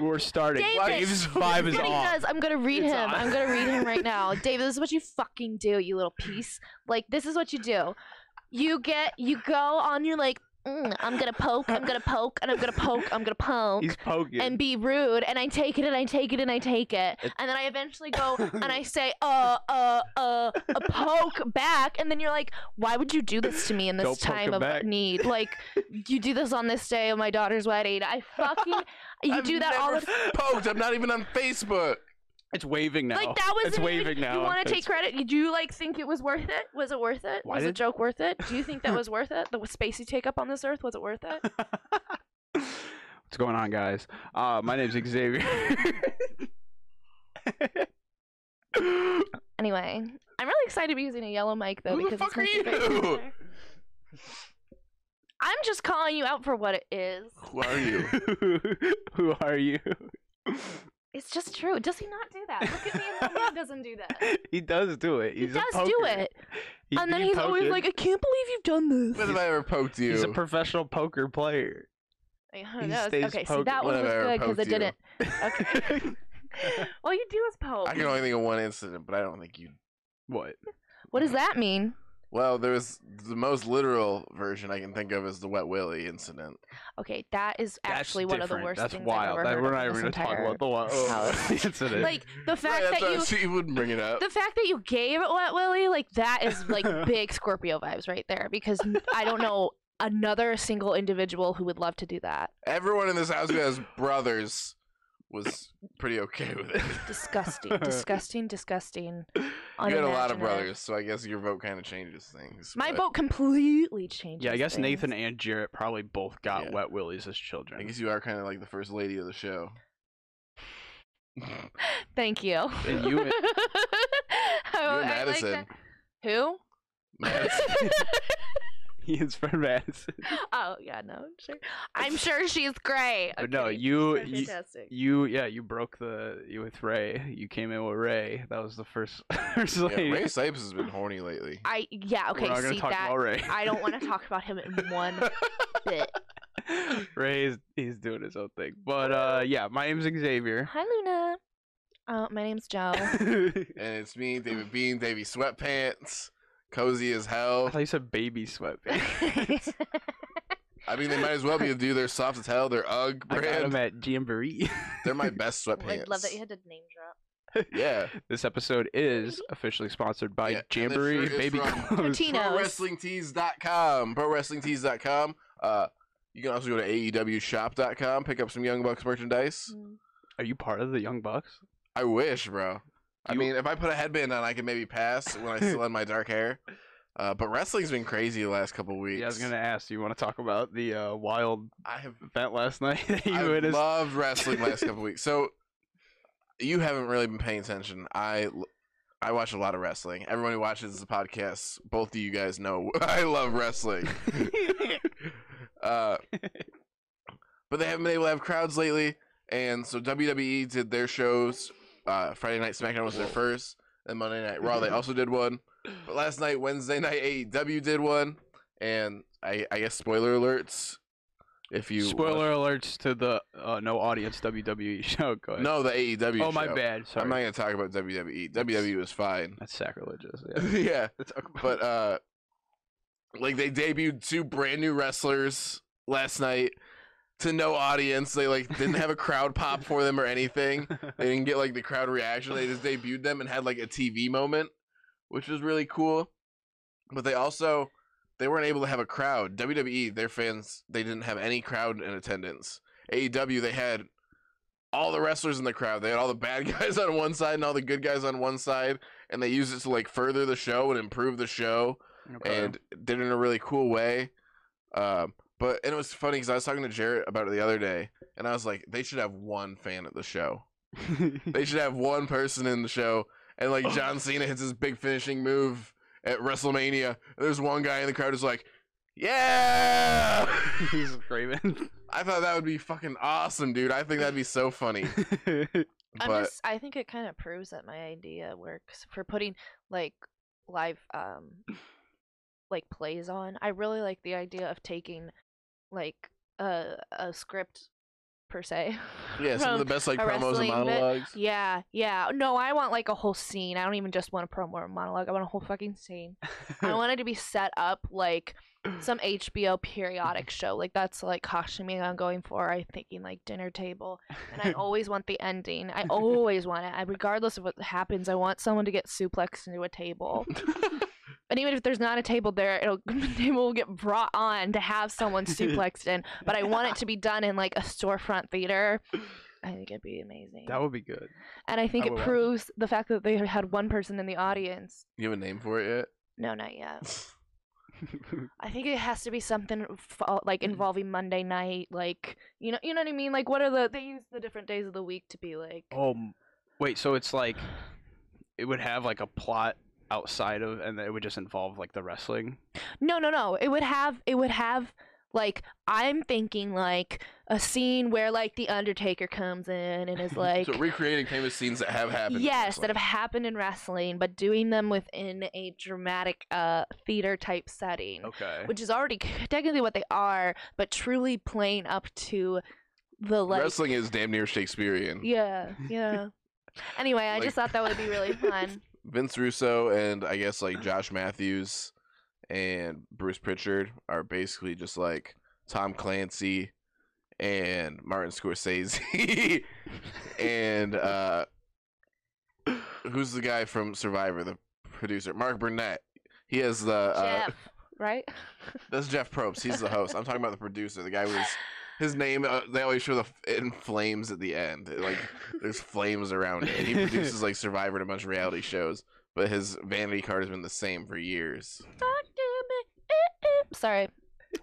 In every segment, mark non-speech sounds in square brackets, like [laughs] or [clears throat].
we're starting. Davis. Dave's vibe is What he off. does, I'm gonna read It's him. on. I'm gonna read him right now. David, this is what you fucking do, you little piece. Like this is what you do. You get, you go on. You're like, mm, I'm gonna poke. I'm gonna poke, and I'm gonna poke. I'm gonna poke. He's poking. and be rude and I take it and I take it and I take it. It- And then I eventually [laughs] go and I say, uh, uh, uh, a poke back. And then you're like, why would you do this to me in Don't this poke time him of back. need? [laughs] Like, you do this on this day of my daughter's wedding. I fucking, you do that all the time. poked. I'm not even on Facebook. it's waving now. Like, that was it's waving now. You want It's- to take credit? Do you like think it was worth it? Was it worth it? Why was the did- joke worth it? Do you think [laughs] that was worth it? The space you take up on this earth, was it worth it? What's going on, guys? Uh, my name's Xavier. [laughs] Anyway, I'm really excited to be using a yellow mic though Who the because fuck it's my are favorite you? color. I'm just calling you out for what it is. Who are you? [laughs] Who are you? It's just true. Does he not do that? Look at me and [laughs] tell me he doesn't do that. He does do it. He He's a does do poker. it. He and then be he's always poking. like, I can't believe you've done When this. have I ever poked you? he's a professional poker player. Wait, huh, he that was- stays okay, see, poked that one was whenever I good because it poked you. didn't. Okay. All you do is poke. I can only think of one incident, but I don't think you. [laughs] what? What does that mean? Well, there was the most literal version I can think of is the Wet Willy incident. Okay, that is That's actually one of the different. worst That's things wild. I've ever heard That- we're of not in even this gonna talk entire- about the one [laughs] oh, house. incident. [laughs] Like the fact right, that you so you wouldn't bring it up. the fact that you gave it Wet Willy, like that is like big Scorpio vibes right there because I don't know another single individual who would love to do that. Everyone in this house who has brothers was pretty okay with [laughs] it. Disgusting, disgusting, disgusting. You had a lot unimaginative. of brothers, so I guess your vote kind of changes things. My but vote completely changed. yeah, I guess Nathan and Jarrett probably both got Yeah. wet willies as [laughs] I children. guess you are kind of like the first lady of the show. Oh, Thank you. And you and- [laughs] I- You're I like Madison. that. Who? Madison. his friend Madison. [laughs] oh yeah, no, sure. I'm sure she's great. I'm But no, kidding. you, They're you fantastic. you yeah, you broke the you with Ray. You came in with Ray. That was the first [laughs] first Yeah, lady. [laughs] Ray Sipes has been horny lately. I yeah okay. We're not gonna see talk that? about Ray. I don't want to [laughs] talk about him in one bit. Ray is he's doing his own thing. But uh yeah, my [laughs] name's Xavier. [laughs] Hi Luna. Uh, my name's [laughs] Joe. I And it's me, David Bean, Davy Sweatpants, cozy as hell. thought you said [laughs] baby sweatpants. I I mean, they might as well be do their soft as hell, their UGG I got him brand. at Jamboree. [laughs] They're my best [laughs] sweatpants. love that you had to name drop. yeah, This episode is officially sponsored by Yeah, and the Jamboree shirt is Baby from- Clothes. Totino's. ProWrestlingTees.com. ProWrestlingTees.com. Uh, you can also go to E AEWShop.com, pick up some Young Bucks merchandise. Mm. Mm. Are you part of the Young Bucks? I wish, bro. I You- mean, if I put a headband on, I could maybe pass when I still had my dark hair. Uh, but wrestling's been crazy the last couple weeks. Yeah, I was gonna ask. You want to talk about the uh, wild I have event last [laughs] night that you I witnessed? [laughs] loved wrestling last couple weeks. So you haven't really been paying attention. I l- I watch a lot of wrestling. Everyone who watches the podcast, both of you guys know [laughs] I [laughs] love wrestling. Uh, but they haven't been able to have crowds lately, and so WWE did their shows. Uh, Friday Night SmackDown was their first, and Monday Night Raw Mm-hmm. they also did one. But last night, Wednesday Night AEW did one, and I, I guess spoiler alerts. If you Spoiler alerts to the uh, no audience WWE [laughs] show. Go ahead. no, the AEW. Oh my show. bad. Sorry, I'm not gonna talk about E. WWE. WWE was fine. [laughs] [laughs] that's sacrilegious. Yeah. yeah, Let's talk about- but uh, like they debuted two brand new wrestlers last night to no audience. They like didn't have a crowd pop for them or anything. [laughs] They didn't get like the crowd reaction. They just debuted them and had like a TV moment, which was really cool. But they also they weren't able to have a crowd. WWE, their fans, they didn't have any crowd in attendance. AEW, they had all the wrestlers in the crowd. They had all the bad [laughs] guys on one side and all the good guys on one side, and they used it to like further the show and improve the show Okay. [laughs] and did it in a really cool way. Um, but and it was funny because I was talking to Jarrett about it the other day, and I was like, they should have one fan at the show. They should have one person in the show, and like John Cena hits his big finishing move at WrestleMania. And there's one guy in the crowd who's like, "Yeah!" he's screaming. I thought that would be fucking awesome, dude. I think that'd be [laughs] so funny. I'm But just, I think it kind of proves that my idea works for putting like live um like plays on. I really like the idea of taking like a a script per se. [laughs] Yeah, some From of the best like a promos and wrestling bit. monologues. Yeah, yeah. No, I want like a whole scene. I don't even just want a promo or monologue. I want a whole fucking scene. [laughs] I want it to be set up [clears throat] like some HBO periodic show. Like that's like cautioning I'm going for. I'm thinking like dinner table. And [laughs] I always want the ending. I always want it. I, regardless of what happens, I want someone to get suplexed into a [laughs] table. and even if there's not a table there, it'll [laughs] the table will get brought on to have [laughs] someone suplexed in. But I want it to be done in like a storefront theater. I think it'd be amazing. that would be [laughs] good. And I think I it would watch it. proves the fact that they had one person in the audience. You have a name for it No, not yet. yet? I think it has to be something fo- like Mm. involving Monday night, like you know, you know what I mean. Like, what are the they use the different days of the week to be like? Oh, m- wait. So it's like it would have like a plot outside of, and it would just involve like the wrestling. No, no, no. It would have it would have like I'm thinking like a scene where like the Undertaker comes in and is like [laughs] so recreating famous scenes that have happened. in yes that have wrestling. happened in wrestling, but doing them within a dramatic uh theater type setting. Okay. [laughs] which is already k- technically what they are, but truly playing up to the like. wrestling is damn near Shakespearean. Yeah, yeah. Anyway, I Like- just thought that would be really fun. Vince Russo and I guess like Josh Matthews and Bruce Pritchard are basically just like Tom Clancy and Martin Scorsese [laughs] and uh who's the guy from Survivor, the producer? Mark Burnett. He has the [laughs] uh, Jeff, right? that's Jeff Probst. He's the host. I'm talking about the producer. The guy was his name. Uh, they always show the f- in flames at the end. It, like there's flames around it. And he produces like Survivor and a bunch of reality shows. But his vanity card has been the same for years. Fuck damn it, eh, eh. Sorry,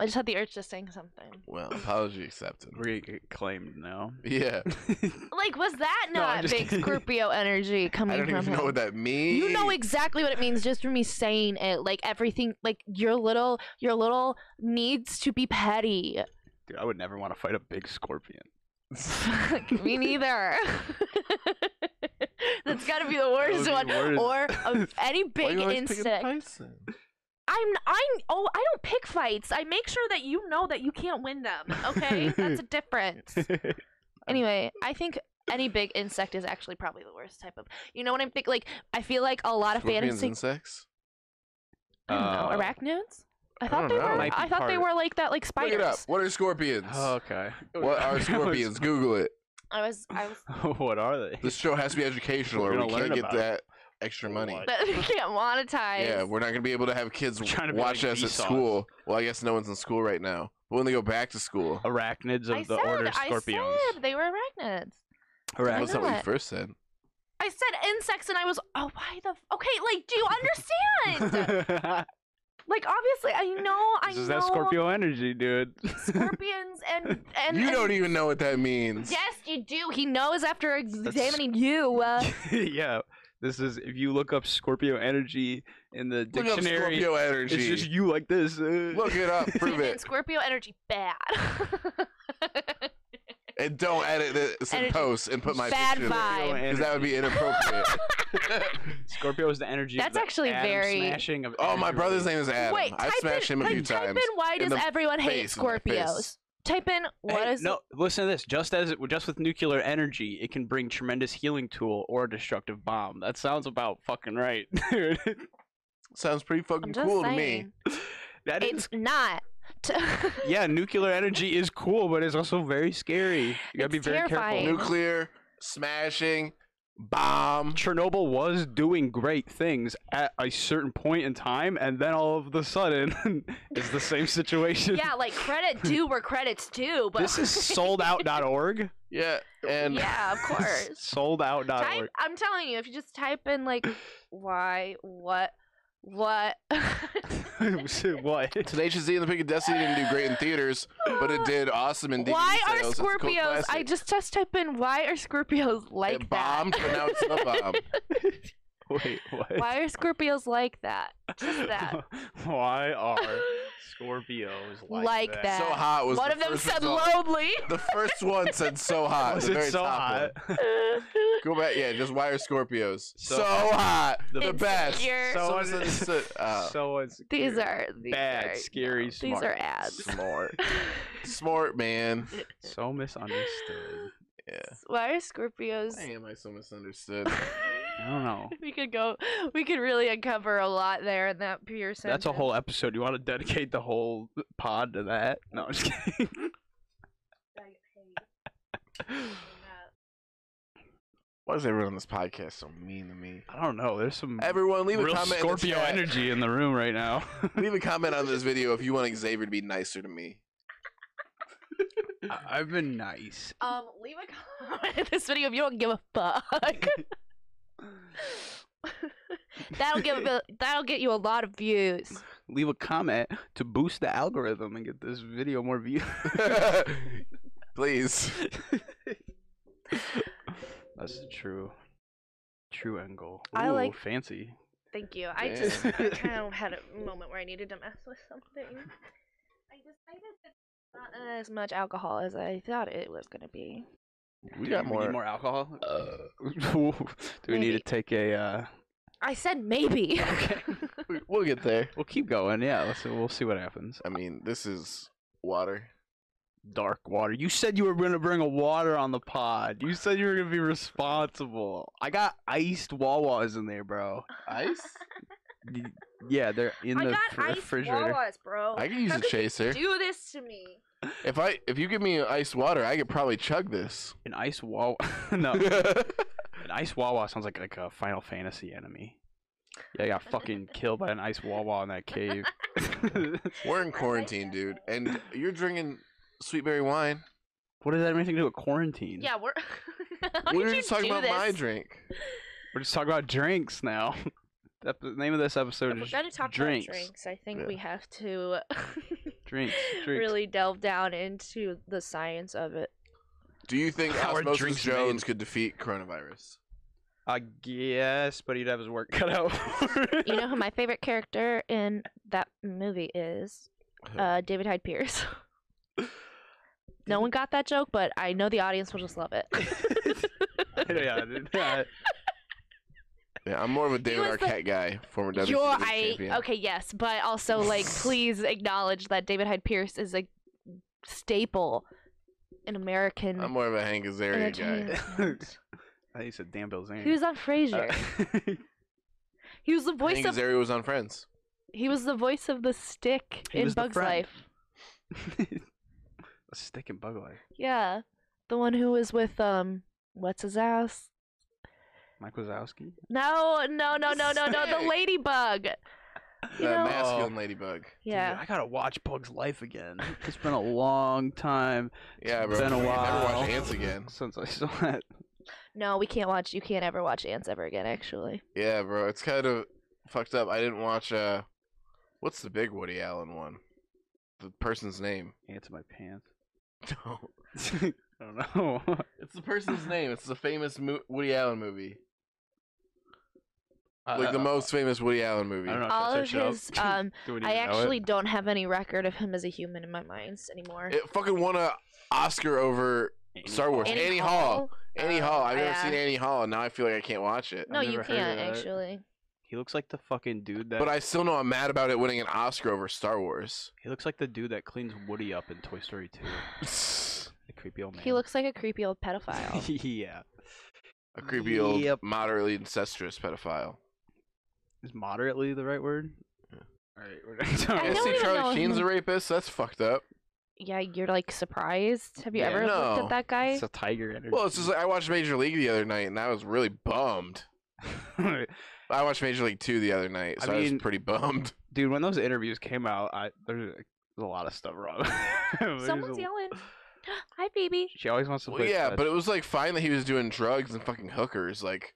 I just had the urge to sing something. Well, apology accepted. We're gonna get claimed [laughs] now. Yeah, Like, was that No, not I'm just big [laughs] kidding. Scorpio energy coming I don't from even know him? what that means. You know exactly what it means just from me saying it. Like everything, like your little, your little needs to be petty. [laughs] Dude, I would never want to fight a big scorpion. Me neither. [laughs] That's got to be the worst would be one. worse. Or of any Why big you always picking insect. fights then? I'm I'm oh I don't pick fights. I make sure that you know that you can't win them. Okay, that's a difference. Anyway, I think any big insect is actually probably the worst type of. You know what I'm thinking? Like I feel like a lot of Scorpions, fantasy. insects. I don't know Uh, arachnids. I I thought don't they know. were. Might be I thought they part- were like that, like Look spiders. it up. What are scorpions? Oh, okay. what [laughs] I are was- scorpions? Google it. I was. I was. [laughs] what are they? This show has to be educational, We're or we gonna learn can't get about it. that extra money. What? That we can't monetize. Yeah, we're not gonna be able to have kids Trying to be watch like us at Vsauce. school. Well, I guess no one's in school right now. But when they go back to school, Arachnids of I the said. order scorpions. I said they were arachnids. that Arachnids. was know not what you it. first said. I said insects, and I was, oh, why the? F-? Okay, like, [laughs] do you understand? like, obviously, I know, I this know. is that Scorpio energy, dude. Scorpions and [laughs] and. you and- don't even know what that means. Yes, you do. He knows after examining you. [laughs] Uh, [laughs] yeah, this is if you look up Scorpio energy in the Look up dictionary, Scorpio energy. it's just you like this. uh. Look [laughs] it up. Prove and then it. Scorpio energy bad. And don't edit it in Energy. post and [laughs] put my bad picture there. Scorpio vibe. energy. Because that would [laughs] be inappropriate. Scorpio is the energy. of That's the actually atom very- Smashing of oh, my energy brother's release. name is Adam. Wait, I've type smashed in, him a like, few type times. in why in does the everyone hate face, in the Scorpios? face. Type in what Hey, is no, listen to this. Just as it, just with nuclear energy, it can bring tremendous healing tool or a destructive bomb. That sounds about fucking right, [laughs] dude. Sounds pretty I'm fucking just cool saying. That is It's [laughs] not. [laughs] T- yeah, nuclear energy is cool, but it's also very scary. You gotta It's be very to me. terrifying. careful. Nuclear smashing bomb. Chernobyl was doing great things at a certain point in time, and then all of the sudden, [laughs] it's the same situation. yeah, like credit due where credit's due, but This [laughs] is soldout.org. Yeah, and yeah, of course. soldout.org. type, I'm telling you, if you just type in [coughs] like why, what, what, [laughs] [laughs] what? Tenacious D and the Pick of Destiny didn't do great in theaters, but it did awesome in DVD why are sales. It's a cult Scorpios? I classic. just just type in why are Scorpios like that? it bombed, but now it's [laughs] the bomb. Wait, what? why are Scorpios like [laughs] that? Just that. [laughs] Why are Scorpios like, Like that. So hot was One the of them first said [laughs] [laughs] result. lonely. [laughs] The first one said so hot. Was the it very so top hot? one. Go back. Yeah, just why are Scorpios so, So- hot? The The, It's best. secure. So So under- so- [laughs] [laughs] uh, so it's These are these bad, are- scary, these smart. are ads. [laughs] [laughs] smart, smart man. So misunderstood. Why are Scorpios? Why am I so misunderstood? I don't know. [laughs] we could go. We could really uncover a lot there in that Pearson. That's a whole episode. You want to dedicate the whole pod to that? No, I'm just kidding. [laughs] [clears throat] Why is everyone on this podcast so mean to me? I don't know. There's some Everyone, leave a real comment. in Scorpio the chat. energy in the room right [laughs] now. Leave a comment on this video if you want Xavier to be nicer to me. I- I've been nice. Um, leave a comment in this video if you don't give a [laughs] fuck. [laughs] that'll [laughs] give a, that'll get you a lot of views. Leave a comment to boost the algorithm and get this video more [laughs] views. [laughs] Please. That's the true, true end goal. I Ooh, like- fancy. Thank you. I Yeah. just I kind [laughs] of had a moment where I needed to mess with something. I decided that it's not as much alcohol as I thought it was gonna be. We, got we more- need more alcohol. Uh, [laughs] Do we Maybe. need to take a? [laughs] Uh... I said maybe. Okay. we- we'll get there. [laughs] we'll keep going. Yeah, let's. We'll see what happens. I mean, this is water. Dark water. You said you were gonna bring a water on the pod. You said you were gonna be responsible. I got iced Wawas in there, bro. [laughs] Ice? Y- Yeah, they're in I the got fr- ice refrigerator. Wawas, bro. I could use How a could you chaser. Do this to me. [laughs] [laughs] If I if you give me iced water, I could probably chug this. [laughs] An ice Wawa. [laughs] no, That's an ice Wawa sounds like like a Final Fantasy enemy. Yeah, [laughs] I got fucking killed by an ice Wawa in that cave. [laughs] We're in quarantine, dude, and you're drinking sweetberry wine. what does that have anything to do with quarantine? Yeah, we're. [laughs] How did we were you just talking do about my this? drink. We're just talking about drinks now. [laughs] That- the name of this episode If We're is gonna talk drinks. about drinks. I think Yeah. we have [laughs] to [laughs] Drinks, drinks. really delve down into the science of it. Do you think How are Osmosis drinks Jones made? could defeat coronavirus? I guess, but he'd have his work cut out. for [laughs] it. You know who my favorite character in that movie is? Who? Uh, David Hyde Pierce. [laughs] no one got that joke, but I know the audience will just love [laughs] it. [laughs] [laughs] E yeah, dude, [laughs] yeah. Yeah, I'm more of a David was the- Arquette guy, former WCW You're I champion. okay, yes, but also [laughs] like please acknowledge that David Hyde Pierce is a staple in American I'm more of a Hank Azaria guy. [laughs] entertainment. I think he said Dan Bilzerian. Uh, he was on Frasier. he was the voice Hank of Azaria was on Friends. he was the voice of the stick He in was the Bug's friend. Life. [laughs] A stick and bug life. Yeah, the one who was with um, what's his ass? Mike Wazowski. No, no, no, no, no, no. The [laughs] Sick. ladybug. The You know- masculine ladybug. Dude, Yeah. I gotta watch Bug's Life again. It's been a long time Yeah, bro. been a we [laughs] Never while. watch Ants again. since I saw that. No, we can't watch. You can't ever watch ants ever again. Actually, Yeah, bro. It's kind of fucked up. I didn't watch. uh What's the big Woody Allen one? The person's name. [laughs] Ants in my [laughs] pants. No, I don't [laughs] know. it's the person's name. It's the famous mo- Woody Allen movie. Like the Uh, most famous Woody Allen movie. I don't know. if I all of searched it up. [laughs] his. Um, Do we need I to know it? actually don't have any record of him as a human in my minds anymore. It fucking won a Oscar over Annie Star Wars. Hall. Annie Hall. Annie Oh, Hall. I've never yeah. seen Annie Hall, and now I feel like I can't watch it. No, I've you never heard can't of that. actually. He looks like the fucking dude that. But I still know I'm mad about it winning an Oscar over Star Wars. He looks like the dude that cleans Woody up in Toy Story 2. The creepy old Oh, man. He [laughs] looks like a creepy old pedophile. yeah. A creepy old, Yep. moderately incestuous pedophile. Is moderately the right word? Yeah. Alright, we're [laughs] not talking I Yeah, don't see, even know Charlie if Sheen's he- a rapist. That's fucked up. yeah, you're like surprised. Have you Yeah, ever looked no. at that guy? It's a tiger energy. Well, it's [laughs] just like I watched Major League the other night, and I was really bummed. I watched Major League Two the other night, I so I, mean- was pretty bummed. Dude, when those interviews came out, I there's a lot of stuff wrong. [laughs] There's Someone's a- yelling. [gasps] Hi, baby. She always wants to Well, play. yeah, fetch. but it was like fine that he was doing drugs and fucking hookers. Like,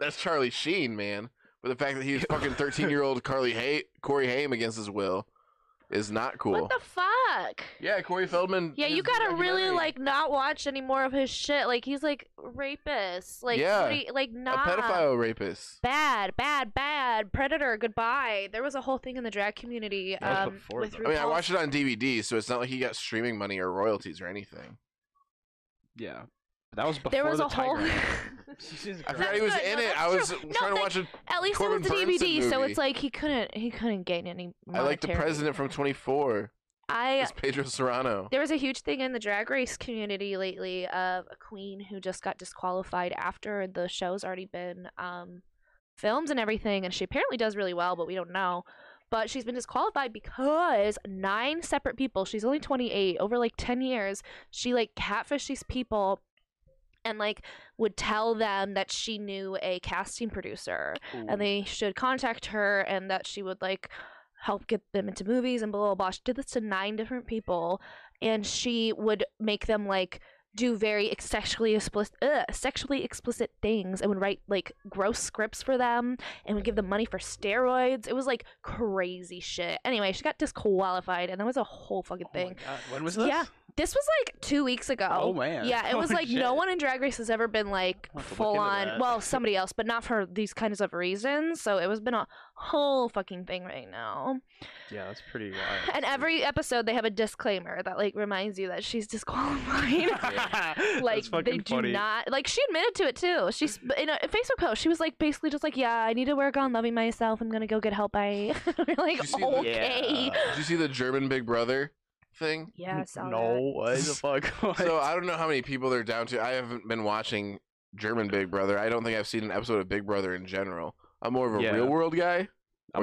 that's Charlie Sheen, man. But the fact that [laughs] he was fucking thirteen-year-old Carly Hay- Corey Haim against his will is not cool. What the fuck? yeah, Corey Feldman. Yeah, you his gotta really documentary. like not watch any more of his shit. Like he's like rapist. Like Yeah. what do you- like a not pedophile rapist. bad, bad, bad predator. Goodbye. There was a whole thing in the drag community That was um, before, with though. RuPaul. I mean, I watched it on DVD, so it's not like he got streaming money or royalties or anything. yeah, But that was before there was the a whole. Tiger. [laughs] Jesus I Christ. forgot he was good, in no, it. that's I was true. No, trying to thank- watch it. At least Corbin it was a Burnson DVD, so movie. it's like he couldn't he couldn't gain any. I like the monetary- president from 24. I It's Pedro Serrano. There was a huge thing in the drag race community lately of a queen who just got disqualified after the show's already been um, filmed and everything, and she apparently does really well, but we don't know. But she's been disqualified because nine separate people, she's only 28, over like 10 years, she like catfished these people and like would tell them that she knew a casting producer and they should contact her and that she would like help get them into movies and blah blah blah. She did this to nine different people, and she would make them like do very ex- sexually explicit, ugh, sexually explicit things, and would write like gross scripts for them, and would give them money for steroids. It was like crazy shit. Anyway, she got disqualified, and that was a whole fucking Oh my thing. God, When was this? Yeah. This was like two weeks ago. Oh, man. Yeah, it was Oh, like no shit. one in Drag Race has ever been like I'll have to look full into on. that. [laughs] Well, somebody else, but not for these kinds of reasons. So it was been a whole fucking thing right now. Yeah, that's pretty wild. And [laughs] every episode they have a disclaimer that like reminds you that she's disqualified. [laughs] like That's fucking they do funny. not like she admitted to it too. She's in a Facebook post. She was like basically just like, yeah, I need to work on loving myself. I'm gonna go get help. I [laughs] we're like You see the- okay. Yeah. Did you see the German Big Brother thing? Yeah, I saw that. no, [laughs] what the fuck? [laughs] So I don't know how many people they're down to. I haven't been watching German Big Brother. I don't think I've seen an episode of Big Brother in general. I'm more of a Yeah. real world guy or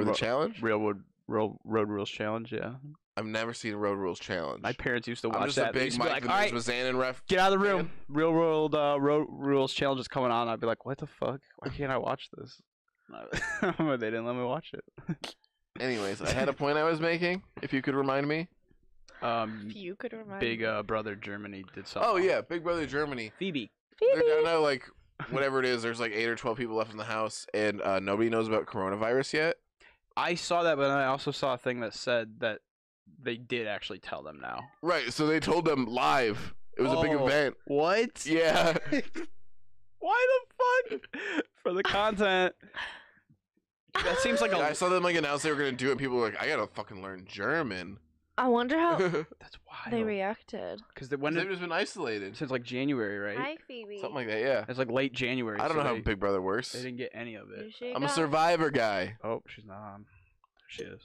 I'm the ro- challenge. Real Road, Road, Road Rules Challenge, yeah. I've never seen a Road Rules challenge. My parents used to watch I'm just that. a They big used to be Mike like, the all right, Miz Mazanin ref. get out of the room. Real World uh, Road Rules Challenge is coming on. I'd be like, what the fuck? Why can't I watch this? [laughs] they didn't let me watch it. Anyways, [laughs] I had a point I was making. If you could remind me. um, If you could remind Big me. uh, Brother Germany did something. Oh on yeah, Big Brother Germany. Phoebe. They're Phoebe. down to like whatever it is. There's like eight or twelve people left in the house, and uh, nobody knows about coronavirus yet. I saw that, but I also saw a thing that said that they did actually tell them now. Right. So they told them live. It was a big Oh. event. [laughs] What? [laughs] Yeah. Why the fuck? For the content. That seems like a. Yeah, I saw them like announce they were gonna do it. People were like, I gotta fucking learn German. I wonder [laughs] how [laughs] [laughs] That's wild. they reacted. Because when They've did, just been isolated. since like January, right? Phoebe. Something like that. Yeah. It's like late January. I don't so know how they- Big Brother works. They didn't get any of it. I'm a [laughs] survivor guy. Oh, she's not on. There she is.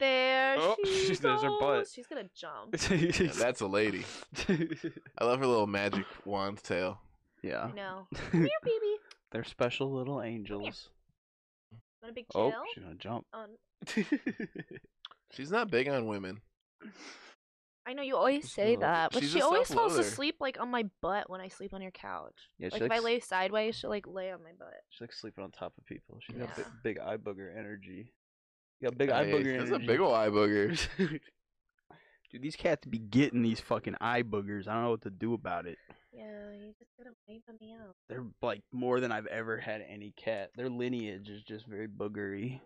There Oh, [laughs] she she- there's her butt. goes. She's gonna jump. [laughs] Yeah, that's a lady. I love her little magic wand tail. yeah. I know. Come here, baby. [laughs] They're special little angels. Want a big Oh, chill? she's gonna jump. [laughs] Um, She's not big on women. I know you always She's say a- that, but she's she a always falls self-loather. asleep like on my butt when I sleep on your couch. yeah, she like likes, if I lay sideways, she'll like lay on my butt. she likes sleeping on top of people. She got Yeah. big, big eye booger energy. You got big eye Hey, booger That's energy. a big ol' [laughs] eye booger. Dude, these cats be getting these fucking eye boogers. I don't know what to do about it. Yeah, you just gotta wipe me out. They're like more than I've ever had any cat. Their lineage is just very [laughs] boogery.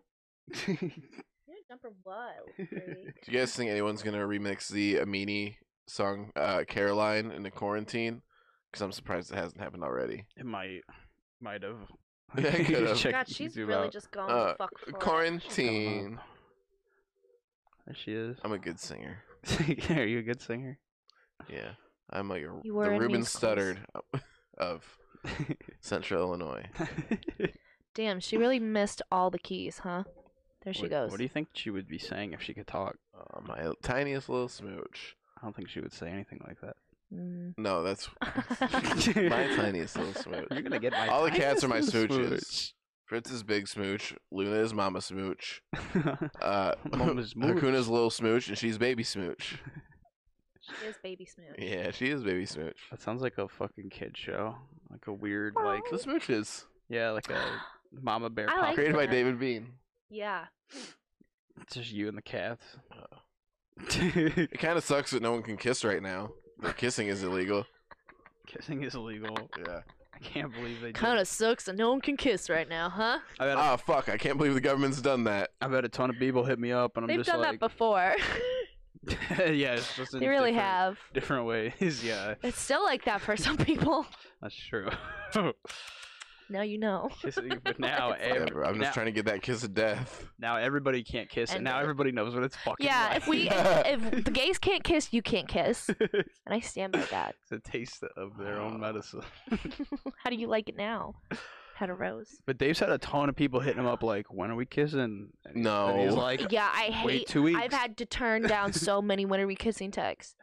You're a jumper [laughs] what? freak? Do you [laughs] guys think anyone's gonna remix the Amini song uh, "Caroline" in the quarantine? Because I'm surprised it hasn't happened already. it might, might have. [laughs] Yeah, it could've. Check God, she's YouTube really out. just going Uh, fuck for it. Quarantine. There she is. [laughs] I'm a good singer. Are you a [laughs] good singer? Yeah, I'm like a, You were the in Ruben musicals. Studdard [laughs] of Central Illinois. Damn, she really missed all the keys, huh? There she what, goes. What do you think she would be saying if she could talk? Uh, my tiniest little smooch. I don't think she would say anything like that. Mm. No, that's [laughs] my tiniest little smooch. You're gonna get my [laughs] [laughs] All the cats tiniest are my little smooches. Fritz is big smooch. Luna is mama smooch. [laughs] smooch. Uh, [laughs] Mama smooch. Hakuna's little smooch, and she's baby smooch. She is baby smooth. Yeah, she is baby smooch. that sounds like a fucking kid show. Like a weird, like The smooches. yeah, like [sighs] a mama bear. I Pop. like- Created by that. David Bean. Yeah. It's just you and the cats. It kind of sucks that no one can kiss right now. That kissing is illegal. [laughs] Kissing is illegal. Yeah. I can't believe they. Kind did. of sucks that no one can kiss right now, huh? I bet, Ah, fuck! I can't believe the government's done that. I bet a ton of people hit me up, and I'm They've just done that like, [laughs] before. [laughs] yeah, it's just in they really different- have. different ways. [laughs] Yeah, [laughs] It's still like that for some people. that's true. Now you know. [laughs] Kissing, [laughs] but now, Yeah, every, bro, I'm now, just trying to get that kiss of death. now everybody can't kiss, and And now the- everybody knows what it's fucking. Yeah, like. if we [laughs] if, if the gays can't kiss, you can't kiss, it's and I stand by [laughs] that. a taste of their own medicine. How do you like it now? Had a rose. But Dave's had a ton of people hitting him up like, "When are we kissing?" And he's- No. and he's like, Yeah, I "Wait hate. two weeks." I've had to turn down [laughs] so many when are we kissing texts.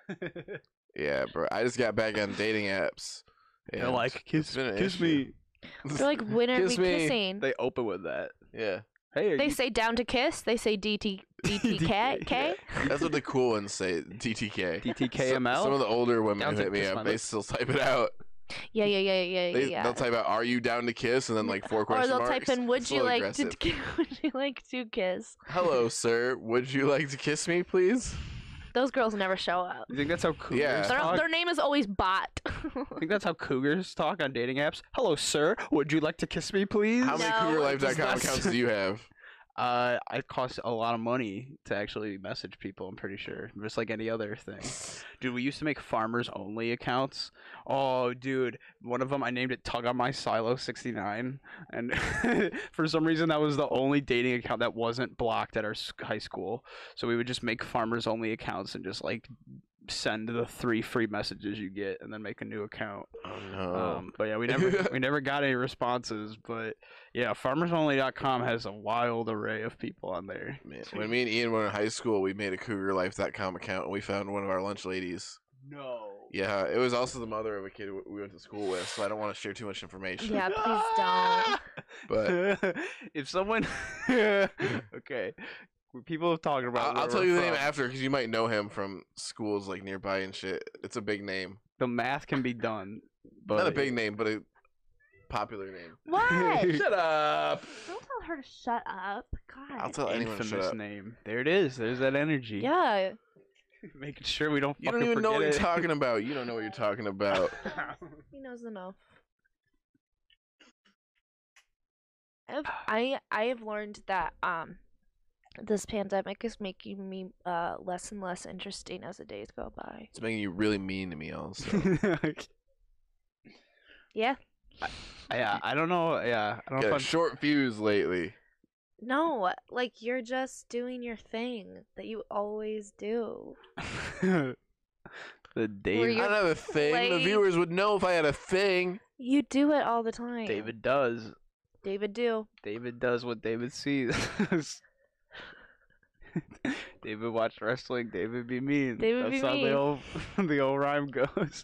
Yeah, bro. I just got back on dating apps. They're and [laughs] like, "Kiss, been an kiss issue. me." They're like, when are Kiss we me. kissing? They open with that. yeah, Hey, are They you say down to kiss. They say [laughs] DT DTK. K? [laughs] that's what the cool ones say. DTK. DTKML? Some, some of the older women Down who to hit me kiss my up, they lips. still type it out. Yeah, yeah, yeah, yeah, yeah. They, yeah. They'll type out, "Are you down to kiss?" and then like four or question they'll marks. type in, It's "Would a you little like to [laughs] aggressive. would you like to kiss?" Hello, sir. Would you like to kiss me, please? Those girls never show up. You think that's how cougars Yeah. Their, talk? their name is always Bot. [laughs] You think that's how cougars talk on dating apps? Hello, sir. Would you like to kiss me, please? How many No, it CougarLife.com does not. accounts [laughs] do you have? Uh, it costs a lot of money to actually message people. I'm pretty sure, just like any other thing. Dude, we used to make farmers only accounts. Oh, dude, one of them I named it Tug on My Silo 69, and [laughs] for some reason that was the only dating account that wasn't blocked at our s- high school. So we would just make farmers only accounts and just like send the three free messages you get, and then make a new account. Oh no. Um, but yeah, we never we never got any responses. But yeah, farmersonly.com has a wild array of people on there. Man, when me and Ian were in high school, we made a CougarLife.com account and we found one of our lunch ladies. No. Yeah, it was also the mother of a kid w- we went to school with, so I don't want to share too much information. [laughs] yeah, please don't. But if someone, [laughs] okay, we- people have talked about. I'll, I'll where tell we're you the name from. after because you might know him from schools like nearby and shit. It's a big name, The math can be done, but not a big name, but a popular name. What? [laughs] [laughs] don't Shut up. tell her to shut up. God. I'll tell anyone. to Shut Infamous up. name. There it is. There's that energy. yeah. [laughs] Making sure we don't. You don't fucking even know what you're forget [laughs] talking about. You don't know what you're talking about. it. He knows enough. I've, I I have learned that um, this pandemic is making me uh less and less interesting as the days go by. It's making you really mean to [laughs] me, also. [laughs] Yeah. yeah, I don't know. Yeah, I don't know Got if a I'm short fuse lately. No, like you're just doing your thing that you always do. [laughs] [laughs] the Were Dave, I You're don't have a thing. The playing- viewers would know if I had a thing. You do it all the time. David does. David do. David does what David sees. [laughs] David watched wrestling. David be mean. David That's be how the mean. old [laughs] the old rhyme goes.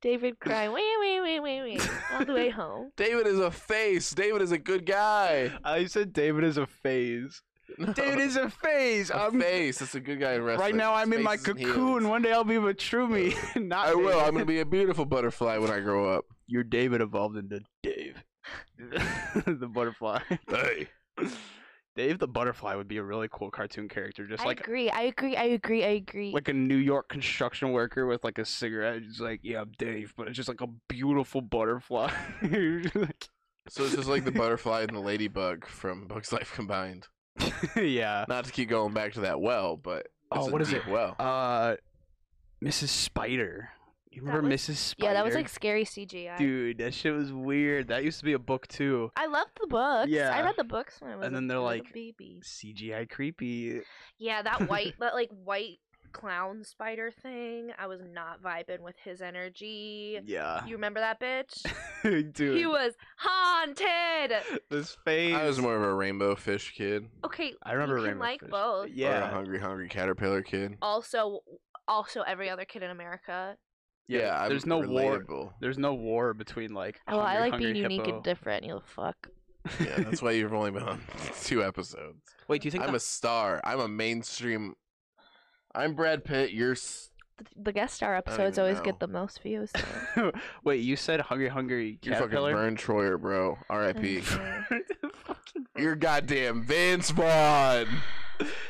David cry wee wee wee wee wee all the way [laughs] home. David is a face. David is a good guy. I said David is a phase. No, David [laughs] is a phase. a I'm face. That's a good guy in wrestling. right now. His I'm in my face is healed. cocoon. One day I'll be with true me. [laughs] Not I will. David. I'm gonna be a beautiful butterfly when I grow up. Your David evolved into Dave, [laughs] the butterfly. Hey. [laughs] Dave the butterfly would be a really cool cartoon character. Just I like agree. I agree. I agree. I agree. like a New York construction worker with like a cigarette. He's like, yeah, I'm Dave, but it's just like a beautiful butterfly. [laughs] Like- So it's just like the butterfly and the ladybug from Bugs Life combined. yeah. Not to keep going back to that well, but Oh, it's a what is deep Well, Uh, Mrs. Spider. You That remember was- Mrs. Spider? yeah, that was like scary CGI. Dude, that shit was weird. That used to be a book too. I loved the books. Yeah. I read the books when I was. a- then they're I was a like- baby. CGI creepy. [laughs] Yeah, that white, that like white clown spider thing. I was not vibing with his energy. Yeah. You remember that [laughs] bitch? [laughs] Dude, He was haunted. this face. I was more of a rainbow fish kid. Okay, I remember you can Rainbow like Fish. both. Or a Yeah. hungry, hungry caterpillar kid. Oh, Also, also every other kid in America. Yeah, I'm there's no war. relatable. There's no war between like. Oh, well, I Hungry like being Hungry unique Hippo. and different. You fuck. Yeah, that's why you've only been on [laughs] two episodes. [laughs] Wait, do you think I'm the- a star. I'm a mainstream. I'm Brad Pitt. You're. S- The, the guest star don't episodes even always know. get the most [laughs] views. though. [laughs] Wait, you said hungry, hungry You're fucking caterpillar. Vern Troyer, bro. R.I.P. [laughs] Okay. You're goddamn Vince Vaughn.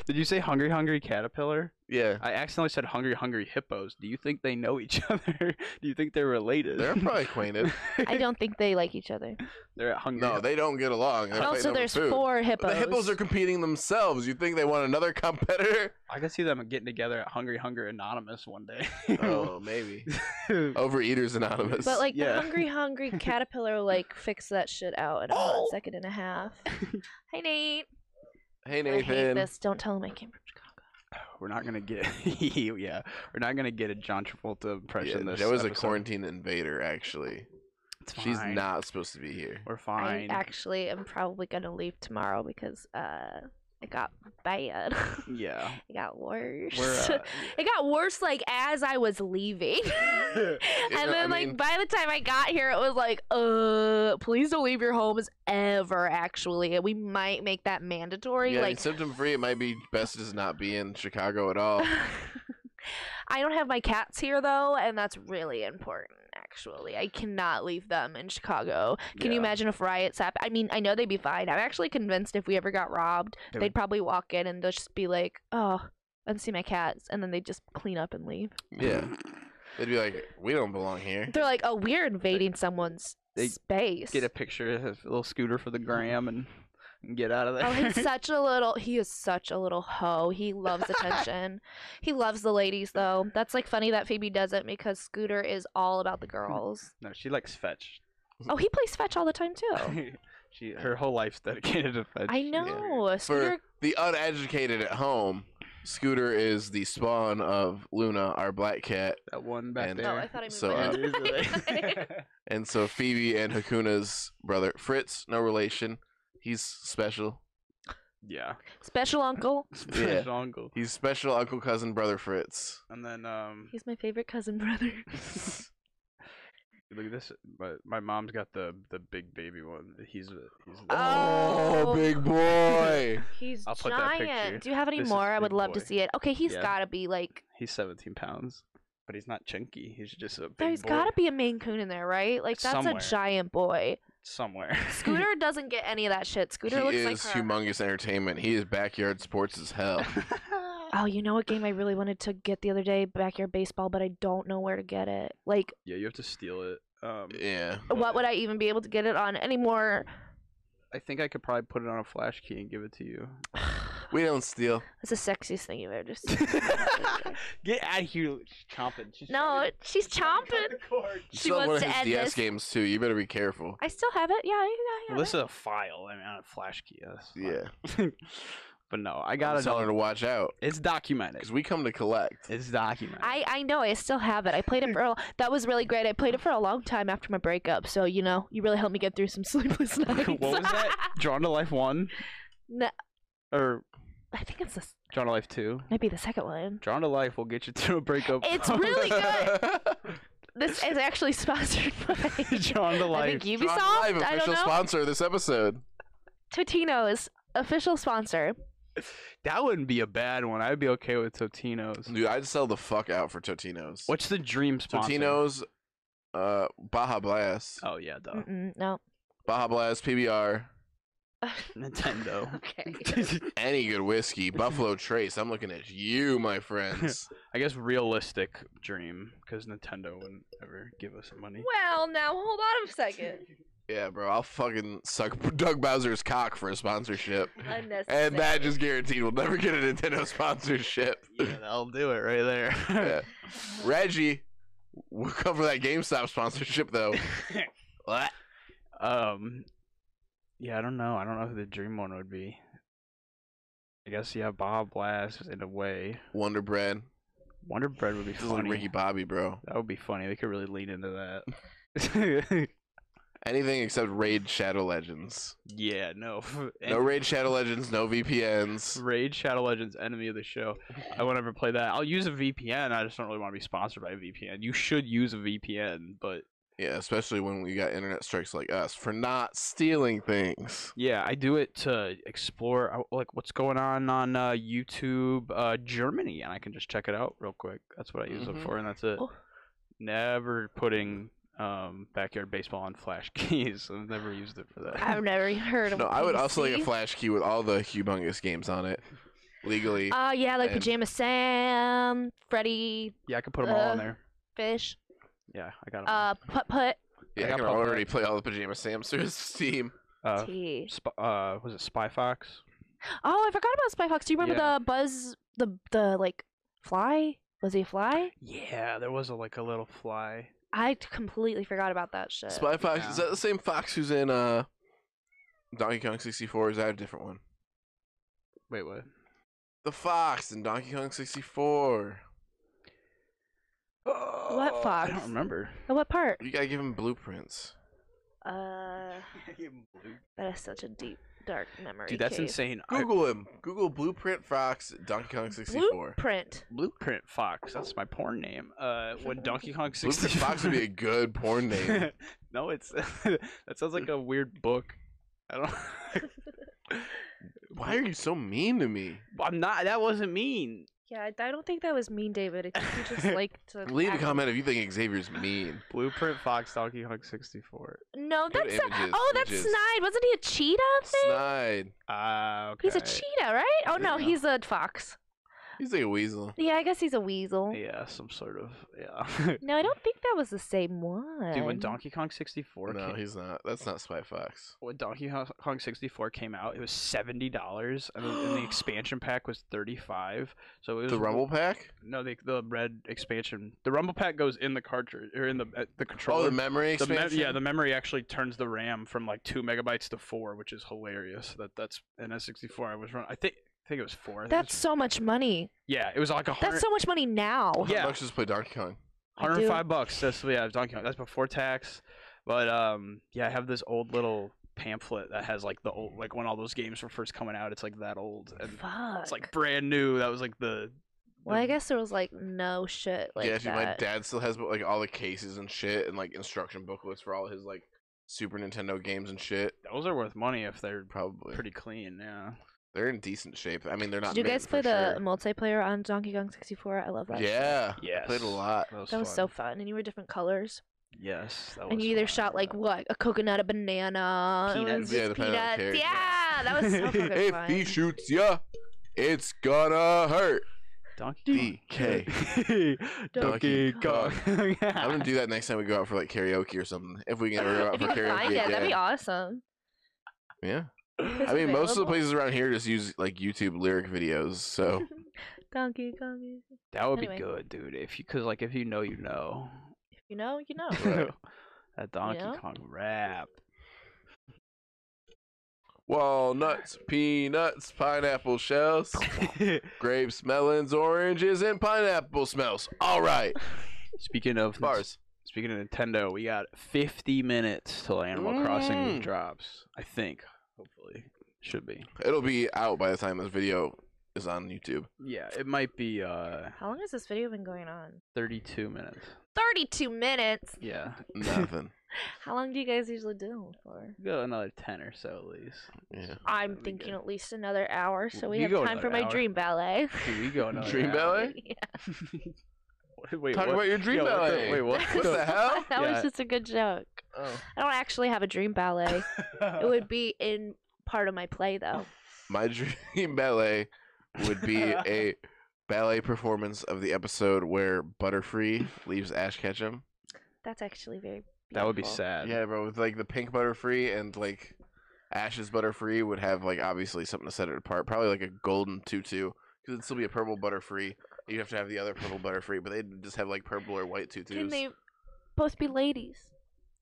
Did you say hungry, hungry caterpillar? Yeah. I accidentally said hungry, hungry hippos. Do you think they know each [laughs] other? Do you think they're related? They're [laughs] probably acquainted. [laughs] I don't think they like each other. They're at hungry. No, they don't get along. They're And fighting also, over there's food. four hippos. The hippos are competing themselves. You think they want another [laughs] competitor? I could see them getting together at Hungry, Hunger Anonymous one day. [laughs] Oh, [laughs] maybe. Overeaters Anonymous. But like yeah. the hungry, [laughs] hungry caterpillar, like fixed that shit out in about Oh. a second and a [laughs] half. Hi Nate. hey I hate Nathan. this. Don't tell him I came from Chicago. We're not gonna get. [laughs] yeah, we're not gonna get a John Travolta impression. Yeah, this Joe is a episode. quarantine invader. Actually, It's she's fine. not supposed to be here. We're fine. I actually am probably gonna leave tomorrow because uh, it got bad. [laughs] yeah, it got worse. we're. Uh, [laughs] it got worse like as I was [laughs] leaving. uh, Yeah, and then, I like, mean- by the time I got here, it was like, uh, please don't leave your homes ever, actually. We might make that mandatory. Yeah, like, symptom free. It might be best to just not be in Chicago [laughs] at all. I don't have my cats here, though, and that's really important, actually. I cannot leave them in Chicago. Can you Yeah. imagine if riots happen? I mean, I know they'd be fine. I'm actually convinced if we ever got robbed, They they'd would- probably walk in and they'll just be like, oh, I didn't see my cats. And then they'd just clean up and leave. Yeah. [laughs] They'd be like, we don't belong here. They're like, oh, we're invading someone's They space. Get a picture, of a little scooter for the gram, and, and get out of there. Oh, he's [laughs] such a little. He is such a little hoe. He loves [laughs] attention. he loves the ladies, though. That's like funny that Phoebe doesn't because Scooter is all about the girls. no, she likes fetch. Oh, he plays fetch all the time [laughs] too. she her whole life's dedicated to fetch. Oh. I know. Scooter. The uneducated at home, Scooter is the spawn of Luna, our black cat, That one back And- there. Oh, I [laughs] thought I moved So, my [laughs] uh, hand the right way. and so Phoebe and Hakuna's brother Fritz, no relation. He's special. yeah. [laughs] [laughs] Special uncle. Spanish uncle. He's special uncle cousin [laughs] brother Fritz. [laughs] And then um He's my favorite cousin brother. look at this my, my mom's got the the big baby one. He's he's Oh. big boy. [laughs] He's I'll put that picture. giant. Do you have any This is more? I would big love to boy. see it. Okay, he's Yeah. gotta be like. he's 17 pounds, but he's not chunky. He's just a big There's boy gotta be a Maine Coon in there, right? Like that's Somewhere. a giant [laughs] boy. somewhere. Scooter doesn't get any of that shit. Scooter he looks is like her. humongous entertainment. He is backyard sports as [laughs] hell. Oh, you know what game I really wanted to get the other day? Backyard baseball, but I don't know where to get it. Like, yeah, you have to steal it. Um yeah. what would I even be able to get it on anymore? [sighs] I think I could probably put it on a flash key and give it to you. We don't steal. That's the sexiest thing you've [laughs] ever seen. Get out of here, she's chomping. She's no, trying to- she's trying to cut chomping. the cord. You She still wants have one of to his end DS this. games too. You better be careful. I still have it. Yeah, yeah, yeah. Well, this is a file. I mean, on a flash key. that's fine. [laughs] but no, I Gotta gotta tell her know. to watch out It's documented. because we come to collect. It's documented. I, I know I still have it. I played it for a, that was really great. I played it for a long time after my breakup, so you know you really helped me get through some [laughs] sleepless nights. [laughs] what was that? Drawn to Life One [laughs] no, or I think it's this Drawn to Life Two? might be the second one. Drawn to Life will get you [laughs] through a breakup. It's really [laughs] good. This is actually sponsored [laughs] by Drawn to I Life. think Ubisoft. Drawn Live, I don't official know. sponsor of this episode. Totino's official sponsor. That wouldn't be a bad one. I'd be okay with Totino's. Dude, I'd sell the fuck out for Totino's. What's the dream sponsor? Totino's, uh, Baja Blast, Oh yeah, duh. Mm-mm, no. Baja Blast PBR, [laughs] Nintendo. Okay. [laughs] [laughs] any good whiskey, Buffalo Trace. I'm looking at you, [laughs] my friends. I guess realistic dream because Nintendo wouldn't ever give us money. well, now hold on a second. yeah, bro, I'll fucking suck [laughs] Doug Bowser's cock for a sponsorship, Unnecessary. and that just guaranteed we'll never get a Nintendo [laughs] sponsorship. Yeah, that'll do it right there. [laughs] Yeah. Reggie, we'll cover that GameStop [laughs] sponsorship though. What? Um, yeah, I don't know. I don't know who the dream one would be. I guess yeah, Bob Blast in a way. Wonder Bread. Wonder Bread would be This is like funny. Ricky Bobby, bro. that would be funny. They could really lean into that. Anything except Raid Shadow Legends. [laughs] yeah, [laughs] no. No And Raid Shadow Legends, no VPNs. Raid Shadow Legends, enemy of the show. I won't ever play that. I'll use a VPN. I just don't really want to be sponsored by a VPN. You should use a VPN, but Yeah, especially when we got internet strikes like us for not stealing things. Yeah, I do it to explore uh, like what's going on on uh, YouTube uh, Germany, and I can just check it out real quick. That's what I use Mhm. it for, and that's it. Oh. Never putting um, backyard baseball on flash [laughs] keys. I've never used it for that. I've never even heard of. No, I would also like a PC. flash key with all the humongous games on it. legally. Uh, yeah, like And- Pajama Sam, Freddy Yeah, I could put them all Uh, in there. Fish, Yeah, I got them. uh, Putt Putt, I yeah, I got can Pop Pop. already play all the Pajama Sam's [laughs] team. uh, T. sp- uh, was it Spy Fox? Oh, I forgot about Spy Fox. Do you remember Yeah. the Buzz, the the like fly? Was he a fly? Yeah, there was a, like a little fly. I t- completely forgot about that shit. Spy Fox Yeah. is that the same Fox who's in uh Donkey Kong 64? Or is that a different one? Wait, what? The Fox in Donkey Kong 64. Oh, I Fox? don't remember. And what part? You gotta give him blueprints. [laughs] Uh, that is such a deep, dark memory. Dude, that's cave. insane. I- Google him. Google blueprint Fox Donkey Kong 64. Blueprint. [laughs] Blueprint Fox. That's my porn name. Uh, when Donkey Kong Blueprint 64. Fox would be a good [laughs] porn name. no, it's that sounds like a weird book. I don't. [laughs] Why are you so mean to me? I'm not. That wasn't mean. Yeah, I- I don't think that was mean, David. I think [laughs] you just like to Leave a act- comment if you think Xavier's [laughs] mean. Blueprint Fox Donkey Kong 64. No, Go to that's not- images, oh, that's images. Snide. Wasn't he a cheetah thing? Snide. Ah, okay. He's a cheetah, right? Oh no, Yeah. he's a fox. He's like a weasel. Yeah, I guess he's a weasel. Yeah, some sort of yeah. [laughs] No, I don't think that was the same one. Dude, when Donkey Kong 64 No, came, he's not. That's not Spy Fox. when Donkey Ho- Kong 64 came out, it was seventy dollars, and, the- [gasps] and the expansion pack was thirty five. So it was The Rumble Pack? No, the the red expansion. The Rumble Pack goes in the cartridge or in the uh, the Oh, controller. the memory The me- expansion. yeah, the memory actually turns the RAM from like two megabytes to four, which is hilarious. That that's an S64. I was run. I think I think it was four. I think it was- That's so much money. yeah, it was like a hundred. That's so much money now. How yeah. much does play Donkey Kong? I do. 105 bucks. That's yeah, Donkey Kong. That's before tax. But um, yeah, I have this old little pamphlet that has like the old like when all those games were first coming out. It's like that old and Fuck. it's like brand new. That was like the. well, I the- guess there was like no shit like yeah, dude, my that. dad still has like all the cases and shit, and like instruction booklets for all his like Super Nintendo games and shit. those are worth money if they're Probably, pretty clean. Yeah. they're in decent shape. I mean, they're not. Did you mint guys play for the sure. multiplayer on Donkey Kong 64? I love that. shit. Yeah, Yes. I played a lot. That was so fun, and you were different colors, Yes. That and was you either fun, shot like yeah. what a coconut, a banana, it Peanuts. was Yeah, just depending on peanuts. the character. Yeah, that was so [laughs] fucking If fun. he shoots ya, it's gonna hurt. [laughs] Donkey Kong. [laughs] Donkey Donkey [laughs] Kong. I'm gonna do that next time we go out for like karaoke or something. [laughs] If we can ever go out if for you can karaoke find it, again. that'd be awesome. Yeah, If it's I mean, most of the available. places around here just use like YouTube lyric videos. [laughs] So Donkey Kong. is- That would Anyway. be good, dude. If you, cause like if you know, you know. [laughs] If you know, you know. [laughs] Right. that Donkey know? Kong rap. [laughs] walnuts, peanuts, pineapple shells. grapes, melons, oranges, and pineapple smells. All right, speaking of bars. speaking of Nintendo, we got 50 minutes till Animal Crossing Mm. drops. I think, hopefully, should be. It'll be out by the time this video is on YouTube. Yeah, it might be uh How long has this video been going on? 32 minutes. 32 minutes. Yeah, Nothing. How long do you guys usually do 'em for? go another 10 or so at least. yeah. I'm That'd be thinking good. at least another hour, so we You have go time for another my hour. dream ballet. Dude, we go another [laughs] Dream [laughs] hour. ballet? What- [laughs] wait, Talk what? about your dream Yeah, what the- ballet. wait, [laughs] what? [laughs] What the hell? that Yeah. was just a good joke. Oh. I don't actually have a dream [laughs] ballet. [laughs] [laughs] it would be in part of my play, though. My [laughs] dream ballet would be a ballet performance of the episode where Butterfree leaves Ash Ketchum. That's actually very. That would be beautiful. sad. Yeah, bro, with like the pink Butterfree and like Ash's Butterfree would have like obviously something to set it apart. Probably like a golden tutu because it'd still be a purple Butterfree. You'd have to have the other purple Butterfree, but they'd just have like purple or white tutus. Can they both be ladies?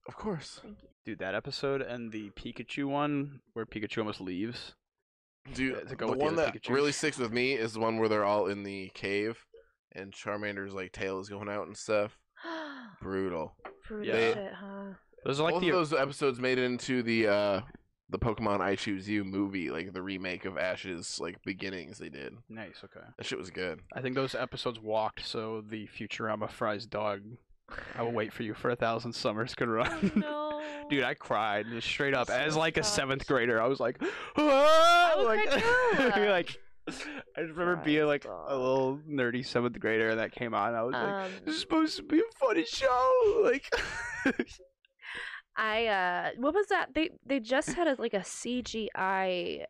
Of course, Thank you. [gasps] Dude, that episode and the Pikachu one where Pikachu almost leaves. Yeah, dude. to The, go with the one other that Pikachus. really sticks with me is the one where they're all in the cave and Charmander's like tail is going out and stuff. Brutal. Brutal Yeah. shit, huh? Those are like Both the of those episodes made it into the uh the Pokemon I Choose You movie, like the remake of Ash's like beginnings. They did nice. Okay, that shit was good. I think those episodes walked so the Futurama fries dog. I will wait for you for a thousand summers could Oh, run. no. [laughs] Dude, I cried just straight up I'm as so like a sorry. seventh grader. I was like, [gasps] "Whoa!" would like, [laughs] cry too. like, I just remember being Fries like a dog. little nerdy seventh grader, and that came on. I was like, Um, "This is supposed to be a funny show." Like, [laughs] I uh, what was that? They they just had a, like a CGI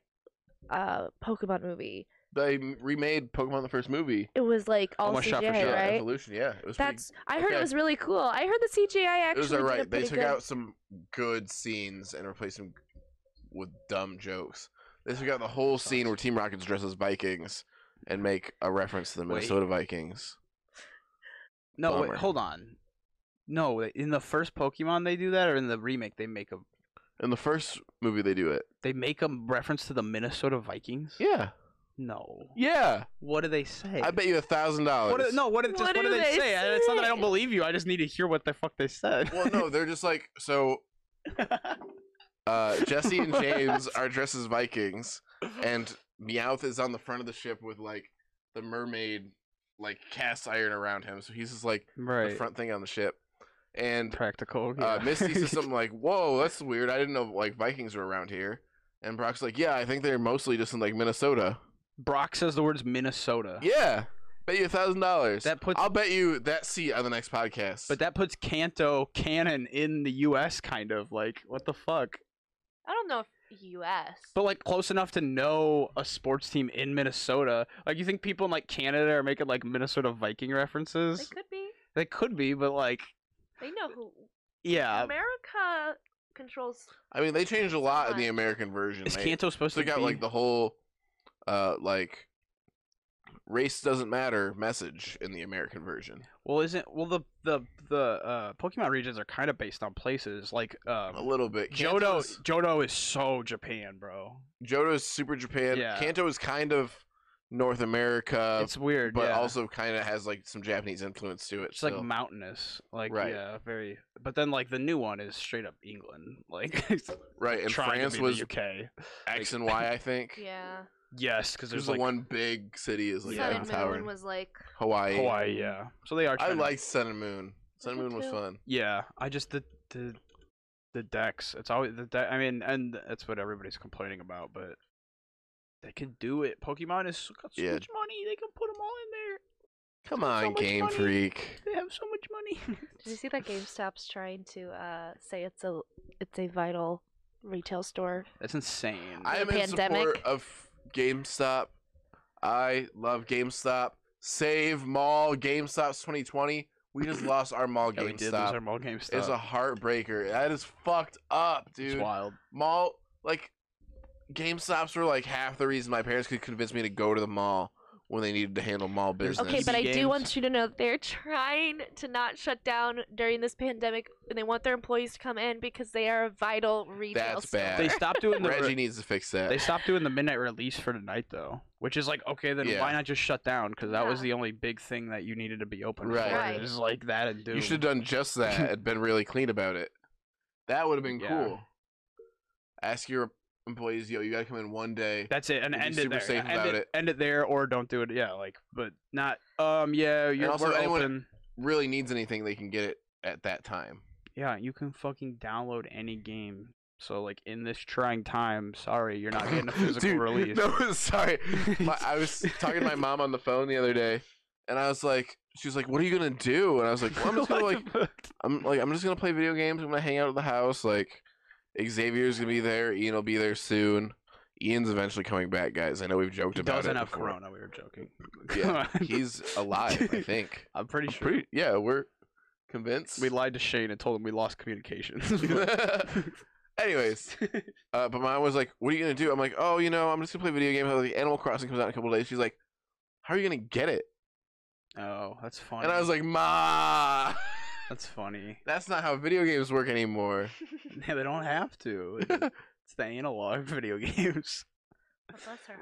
uh Pokemon movie. They m- remade Pokemon the first movie. It was like all CGI, Almost Oh, shot for Yeah, shot, right? Evolution. Yeah, it was. That's I heard okay. it was really cool. I heard the CGI pretty, actually it was all did right. it They pretty took good. out some good scenes and replaced them with dumb jokes. They took out the whole scene where Team Rocket's dressed as Vikings and make a reference to the Wait. Minnesota Vikings. No, Bummer. wait, hold on. No, wait, in the first Pokemon they do that, or in the remake they make a In the first movie, they do it. they make a reference to the Minnesota Vikings. Yeah, No. yeah. What do they say? I bet you a thousand dollars. What do, no, what, do- just, what, do they, say? I- It's not that I don't say? believe you. I just need to hear what the fuck they said. Well, no, they're just like so. Uh, Jesse and James are dressed as Vikings, and Meowth is on the front of the ship with like the mermaid, like cast iron around him. So he's just like [laughs] right. the front thing on the ship. And Practical. uh, yeah. [laughs] Misty says something like, "Whoa, that's weird. I didn't know like Vikings were around here." And Brock's like, "Yeah, I think they're mostly just in like Minnesota." Brock says the words Minnesota. Yeah, bet you a thousand dollars. That puts- I'll bet you that seat on the next podcast. But that puts Kanto canon in the U.S. kind of like what the fuck. I don't know if US. But like close enough to know a sports team in Minnesota. Like you think people in like Canada are making like Minnesota Viking they references? could be. They could be, but like They know who yeah. America controls I mean, they changed a lot in the Fine. American version. Is They- Kanto supposed So to they got be like the whole uh like race doesn't matter message in the American version. Well, isn't well the the the uh, Pokemon regions are kind of based on places like A um, little bit. Johto. Kanto's- Johto is so Japan, bro. Johto's super Japan. Yeah. Kanto is kind of North America, it's weird, Uh, but yeah. also kind of has like some Japanese influence to it. it's like still. mountainous, like Right. yeah, very. But then like the new one is straight up England, [laughs] like it's right, and trying to France be the was UK. X and Y, I think. [laughs] Yeah. Yes, because there's There's the like one big city is like Sun Sun and and Tower. Moon was like Hawaii. Hawaii, yeah. So they are. I trying to- liked Sun and Moon. Sun and did Moon was too. fun. Yeah, I just the the the decks. It's always the deck. I mean, and that's what everybody's complaining about, but they can do it. Pokemon has got so Yeah. much money. They can put them all in there. Come There's so on, much Game money. Freak. They have so much money. Did you see that GameStop's trying to uh, say it's a it's a vital retail store? [laughs] That's insane. I the am in pandemic. support of GameStop. I love GameStop. Save Mall GameStop's 2020. [clears throat] We just lost our mall yeah, we did lose GameStop. our mall game stuff. It's a heartbreaker. That is fucked up, It's dude. wild. Mall like GameStops were like half the reason my parents could convince me to go to the mall when they needed to handle mall There's business. Okay, but I PC do games. want you to know that they're trying to not shut down during this pandemic, and they want their employees to come in because they are a vital retail That's store. bad. [laughs] They stopped doing the. Reggie needs to fix that. They stopped doing the midnight release for tonight though, which is like okay, then Yeah. why not just shut down? Because that was Yeah. the only big thing that you needed to be open Right. for. Right. It was like that and do. You should have done just [laughs] that and been really clean about it. That would have been Yeah. cool. Ask your employees, yo, you gotta come in one day. That's it, and We'll be end super it there. safe end about it, it. End it there, or don't do it. Yeah, like, but not. Um, yeah, you're also we're anyone- open. really needs anything, they can get it at that time. Yeah, you can fucking download any game. So like in this trying time, sorry, you're not [laughs] getting a physical [laughs] Dude, release. [laughs] No, sorry. My, I was talking to my mom on the phone the other day, and I was like, she was like, "What are you gonna do?" And I was like, well, [laughs] "I'm just gonna like, I'm like, I'm just gonna play video games. I'm gonna hang out at the house. Like, Xavier's gonna be there. Ian will be there soon. Ian's eventually coming back, guys. I know we've joked He about doesn't it. have before. Corona. We were joking. [laughs] Yeah, He's alive, I think. I'm pretty sure. Pretty, yeah, we're convinced. We lied to Shane and told him we lost [laughs] communication. Anyways, uh, but mom was like, "What are you gonna do?" I'm like, "Oh, you know, I'm just gonna play video games." I was like, "Animal Crossing comes out in a couple days." She's like, "How are you gonna get it?" [laughs] oh, that's funny. And I was like, "Ma, [laughs] that's funny. [laughs] that's not how video games work anymore." Yeah, they don't have to. It's [laughs] the analog [laughs] video games.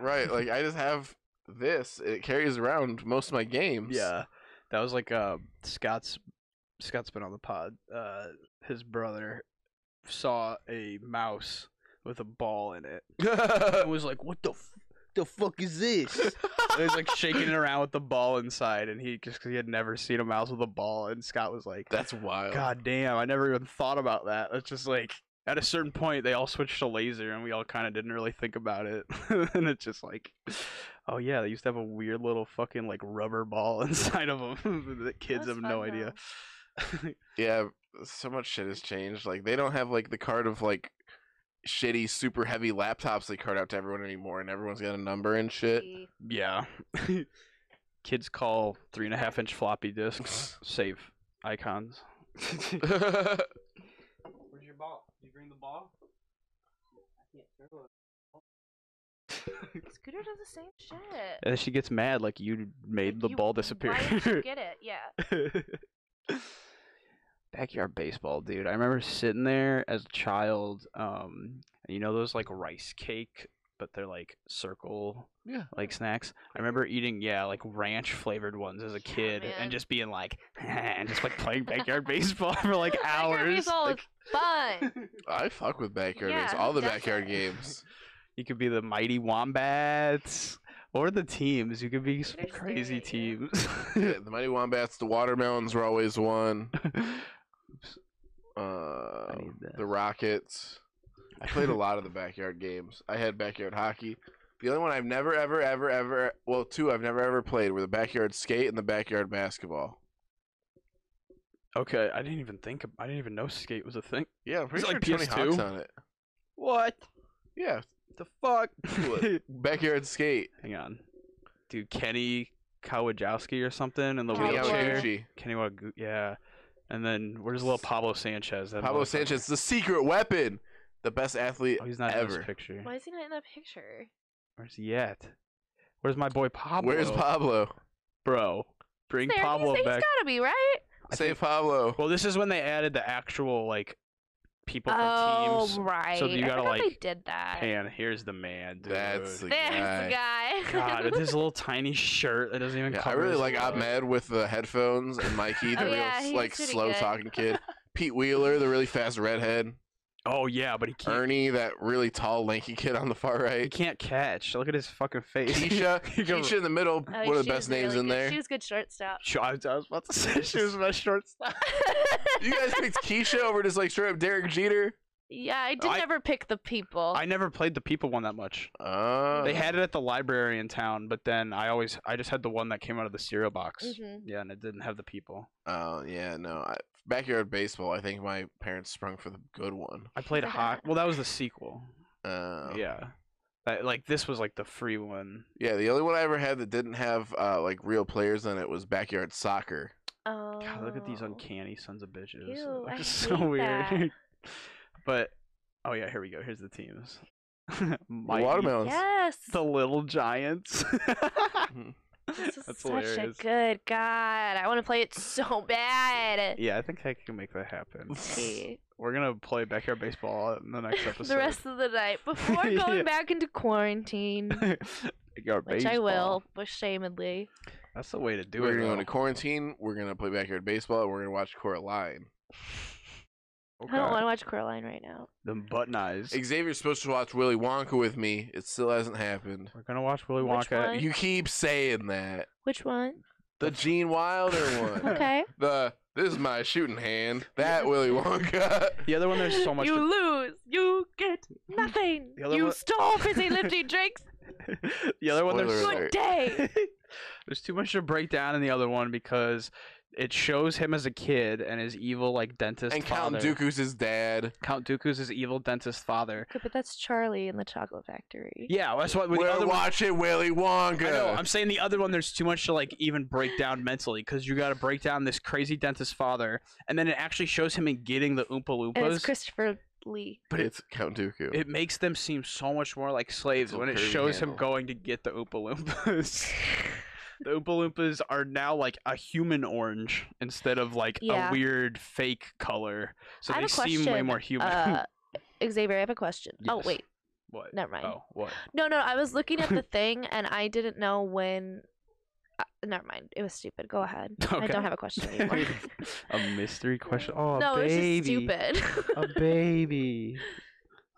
Right? Like, I just have this. It carries around most of my games. [laughs] Yeah, that was like uh, Scott's. Scott's been on the pod. Uh, his brother saw a mouse with a ball in it and was like, "What the f- the fuck is this?" and he was like shaking it around with the ball inside, and he just 'cause he had never seen a mouse with a ball, and Scott was like, [laughs] that's wild. "God damn, I never even thought about that." It's just like. At a certain point, they all switched to laser, and we all kind of didn't really think about it. [laughs] and it's just like, oh yeah, they used to have a weird little fucking like rubber ball [laughs] inside of [laughs] them. the kids That's have no fun, idea. [laughs] Yeah, so much shit has changed. Like, they don't have like the card of like shitty, super heavy laptops they cart out to everyone anymore, and everyone's got a number and shit. Yeah. [laughs] Kids call three and a half inch floppy disks save icons. Where's your ball? Did you bring the ball? Scooter does the same shit. And she gets mad like you made the ball disappear. [laughs] get it? Yeah. [laughs] Backyard baseball, dude. I remember sitting there as a child. Um, you know those like rice cake, but they're like circle yeah. like snacks. I remember eating yeah like ranch flavored ones as a kid man. and just being like [laughs] and just like playing backyard baseball for like [laughs] Backyard hours. baseball Like, is [laughs] [laughs] fun. I fuck with backyard Yeah, games. All the who backyard doesn't? games. you could be the mighty wombats or the teams. You could be some They're crazy staring teams. [laughs] Yeah, the Mighty Wombats, the Watermelons were always one. Uh, need that. the Rockets. I played a lot of the backyard games. I had backyard hockey. The only one I've never, ever, ever, ever, well, two I've never ever played were the backyard skate and the backyard basketball. okay, I didn't even think. Of, I didn't even know skate was a thing. Yeah, I'm pretty Is it sure like Tony PS2? Hawk's on it. What Yeah, the fuck? [laughs] What? backyard skate. Hang on, dude. Kenny Kowajowski or something in the Kenny wheelchair. Kawauchi. Kenny Wagu- yeah. And then where's little Pablo Sanchez? That Pablo motherfucker. Sanchez, the secret weapon, the best athlete. Oh, he's not in ever. this picture. Why is he not in that picture? Where's he at? Where's my boy Pablo? Where's Pablo? Bro, bring there, Pablo he's, back. he's gotta be right. I Say think- Pablo. Well, this is when they added the actual like people from Oh teams. right. you I gotta, forgot they like, did that. Man, here's the man, dude. That's the There's the guy. guy. God with his little tiny shirt that doesn't even Yeah, I cover. really his like leg. Ahmed with the headphones and Mikey, the Oh, real yeah, s- he's like pretty slow good. talking [laughs] kid. Pete Wheeler, the really fast redhead. Oh yeah, but he can't. Ernie, that really tall lanky kid on the far He [laughs] right. can't catch. Look at his fucking face. [laughs] Keisha, [laughs] You go- Keisha in the middle, Oh, one she of the was best names really in good. there. She was good [laughs] shortstop. [laughs] Sh- I I was about to [laughs] say she was my shortstop. You guys picked Keisha over just like straight up Derek Jeter. yeah, I did I- never pick the people. I never played the people one that much. Oh, They had it at the library in town, but then I always I just had the one that came out of the cereal box. Mm-hmm. Mhm. Yeah, and it didn't have the people. Oh yeah, no. I, backyard baseball. I think my parents sprung for the good one. I played hot. Well, that was the sequel. Uh, Yeah, That- like this was like the free one. yeah. The only one I ever had that didn't have uh, like real players in it was backyard soccer. oh. God, look at these uncanny sons of bitches. [laughs] Ew, I They're hate that. [laughs] but oh yeah, here we go. Here's the teams. [laughs] The Mighty- watermelons. Oh. Yes. The little giants. [laughs] this is That's such hilarious. a good god. I want to play it so [laughs] bad. yeah, I think I can make that happen. Okay. [laughs] We're gonna play backyard baseball in the next episode. [laughs] the rest of the night before going [laughs] Yeah. back into quarantine, [laughs] backyard which I will, but shamedly. That's the way to do we're it. gonna go into though. quarantine. We're gonna play backyard baseball. And we're gonna watch Coraline. I don't Okay. want to watch Coraline right now. Oh, Them button eyes. Xavier's supposed to watch Willy Wonka with me. It still hasn't happened. We're gonna watch Willy Which Wonka. one? You keep saying that. Which one? The Gene Wilder [laughs] one. Okay. the this is my shooting hand. That Willy Wonka. [laughs] The other one, there's so much. You to- lose. You [laughs] get nothing. The other You one- stole fizzy lifty drinks. [laughs] [laughs] the other one, there's Spoiler so- [laughs] alert. Good [laughs] day. There's too much to break down in the other one because it shows him as a kid and his evil like dentist and father. Count Dooku's his dad. Count Dooku's his evil dentist father. Okay, but that's Charlie in the Chocolate Factory. Yeah, that's what with the We're other one. watching Willy Wonka. I know. I'm saying the other one. There's too much to like even break down mentally because you got to break down this crazy dentist father, and then it actually shows him in getting the Oompa and it's Loompas. Christopher Lee. but it- it's Count Dooku. It makes them seem so much more like slaves Little when it curvy shows him handle. going to get the Oompa Loompas. the Oompa Loompas are now like a human orange instead of like Yeah. a weird fake color. So I they have a seem way question, more human. Uh, Xavier, I have a question. Oh Yes. wait, [laughs] what? never mind. Oh, [laughs] what? No, no, I was looking [laughs] at the thing and I didn't know when. Uh, never mind, it was stupid. Go ahead. I Okay. don't have a question [laughs] anymore. [laughs] a mystery question. Oh, no, baby. it was just stupid. a baby.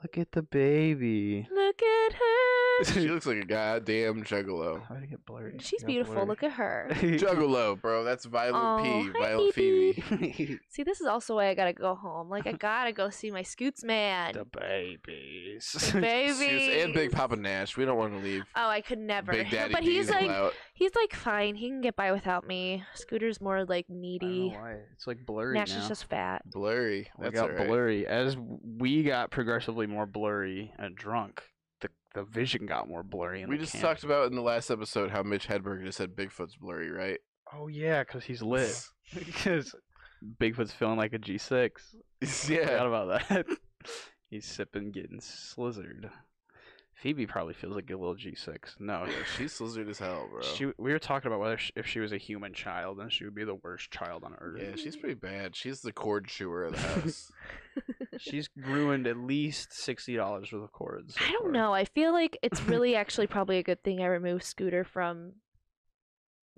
Look at the baby. [laughs] Look at her. [laughs] [laughs] she looks like a goddamn juggalo. How did it Oh, get blurry? She's beautiful. Look at [laughs] her. Juggalo, bro. That's Violet P. Aw, hi, Violet baby. Phoebe. the See, this is also why I gotta go home. [laughs] Like I gotta go see my Scoots man, [laughs] babies. The Excuse- baby. And Big Papa Nash. We don't want to leave. Oh, I could never. Big Daddy but he's Dean like, out. he's like fine. He can get by without me. Scooter's more like I don't needy. know why. It's like blurry Nash now. is just fat. blurry. we That's got alright. blurry as we got progressively more blurry and drunk. The the vision got more blurry. And We the just cam- talked about in the last episode how Mitch Hedberg just said Bigfoot's blurry, right? [laughs] Oh yeah, because he's lit. [laughs] Because Bigfoot's feeling like a G six. Forgot yeah. about that. [laughs] he's sipping, getting slizzard. Phoebe probably feels like a little G six. No, Yeah, she's slizzard as hell, bro. She, we were talking about whether she, if she was a human child, then she would be the worst child on earth. yeah, [laughs] she's pretty bad. She's the cord [laughs] chewer of the house. [laughs] She's ruined at least sixty dollars worth of cords. so [laughs] I don't far. know. I feel like [laughs] it's really actually probably a good thing I removed Scooter from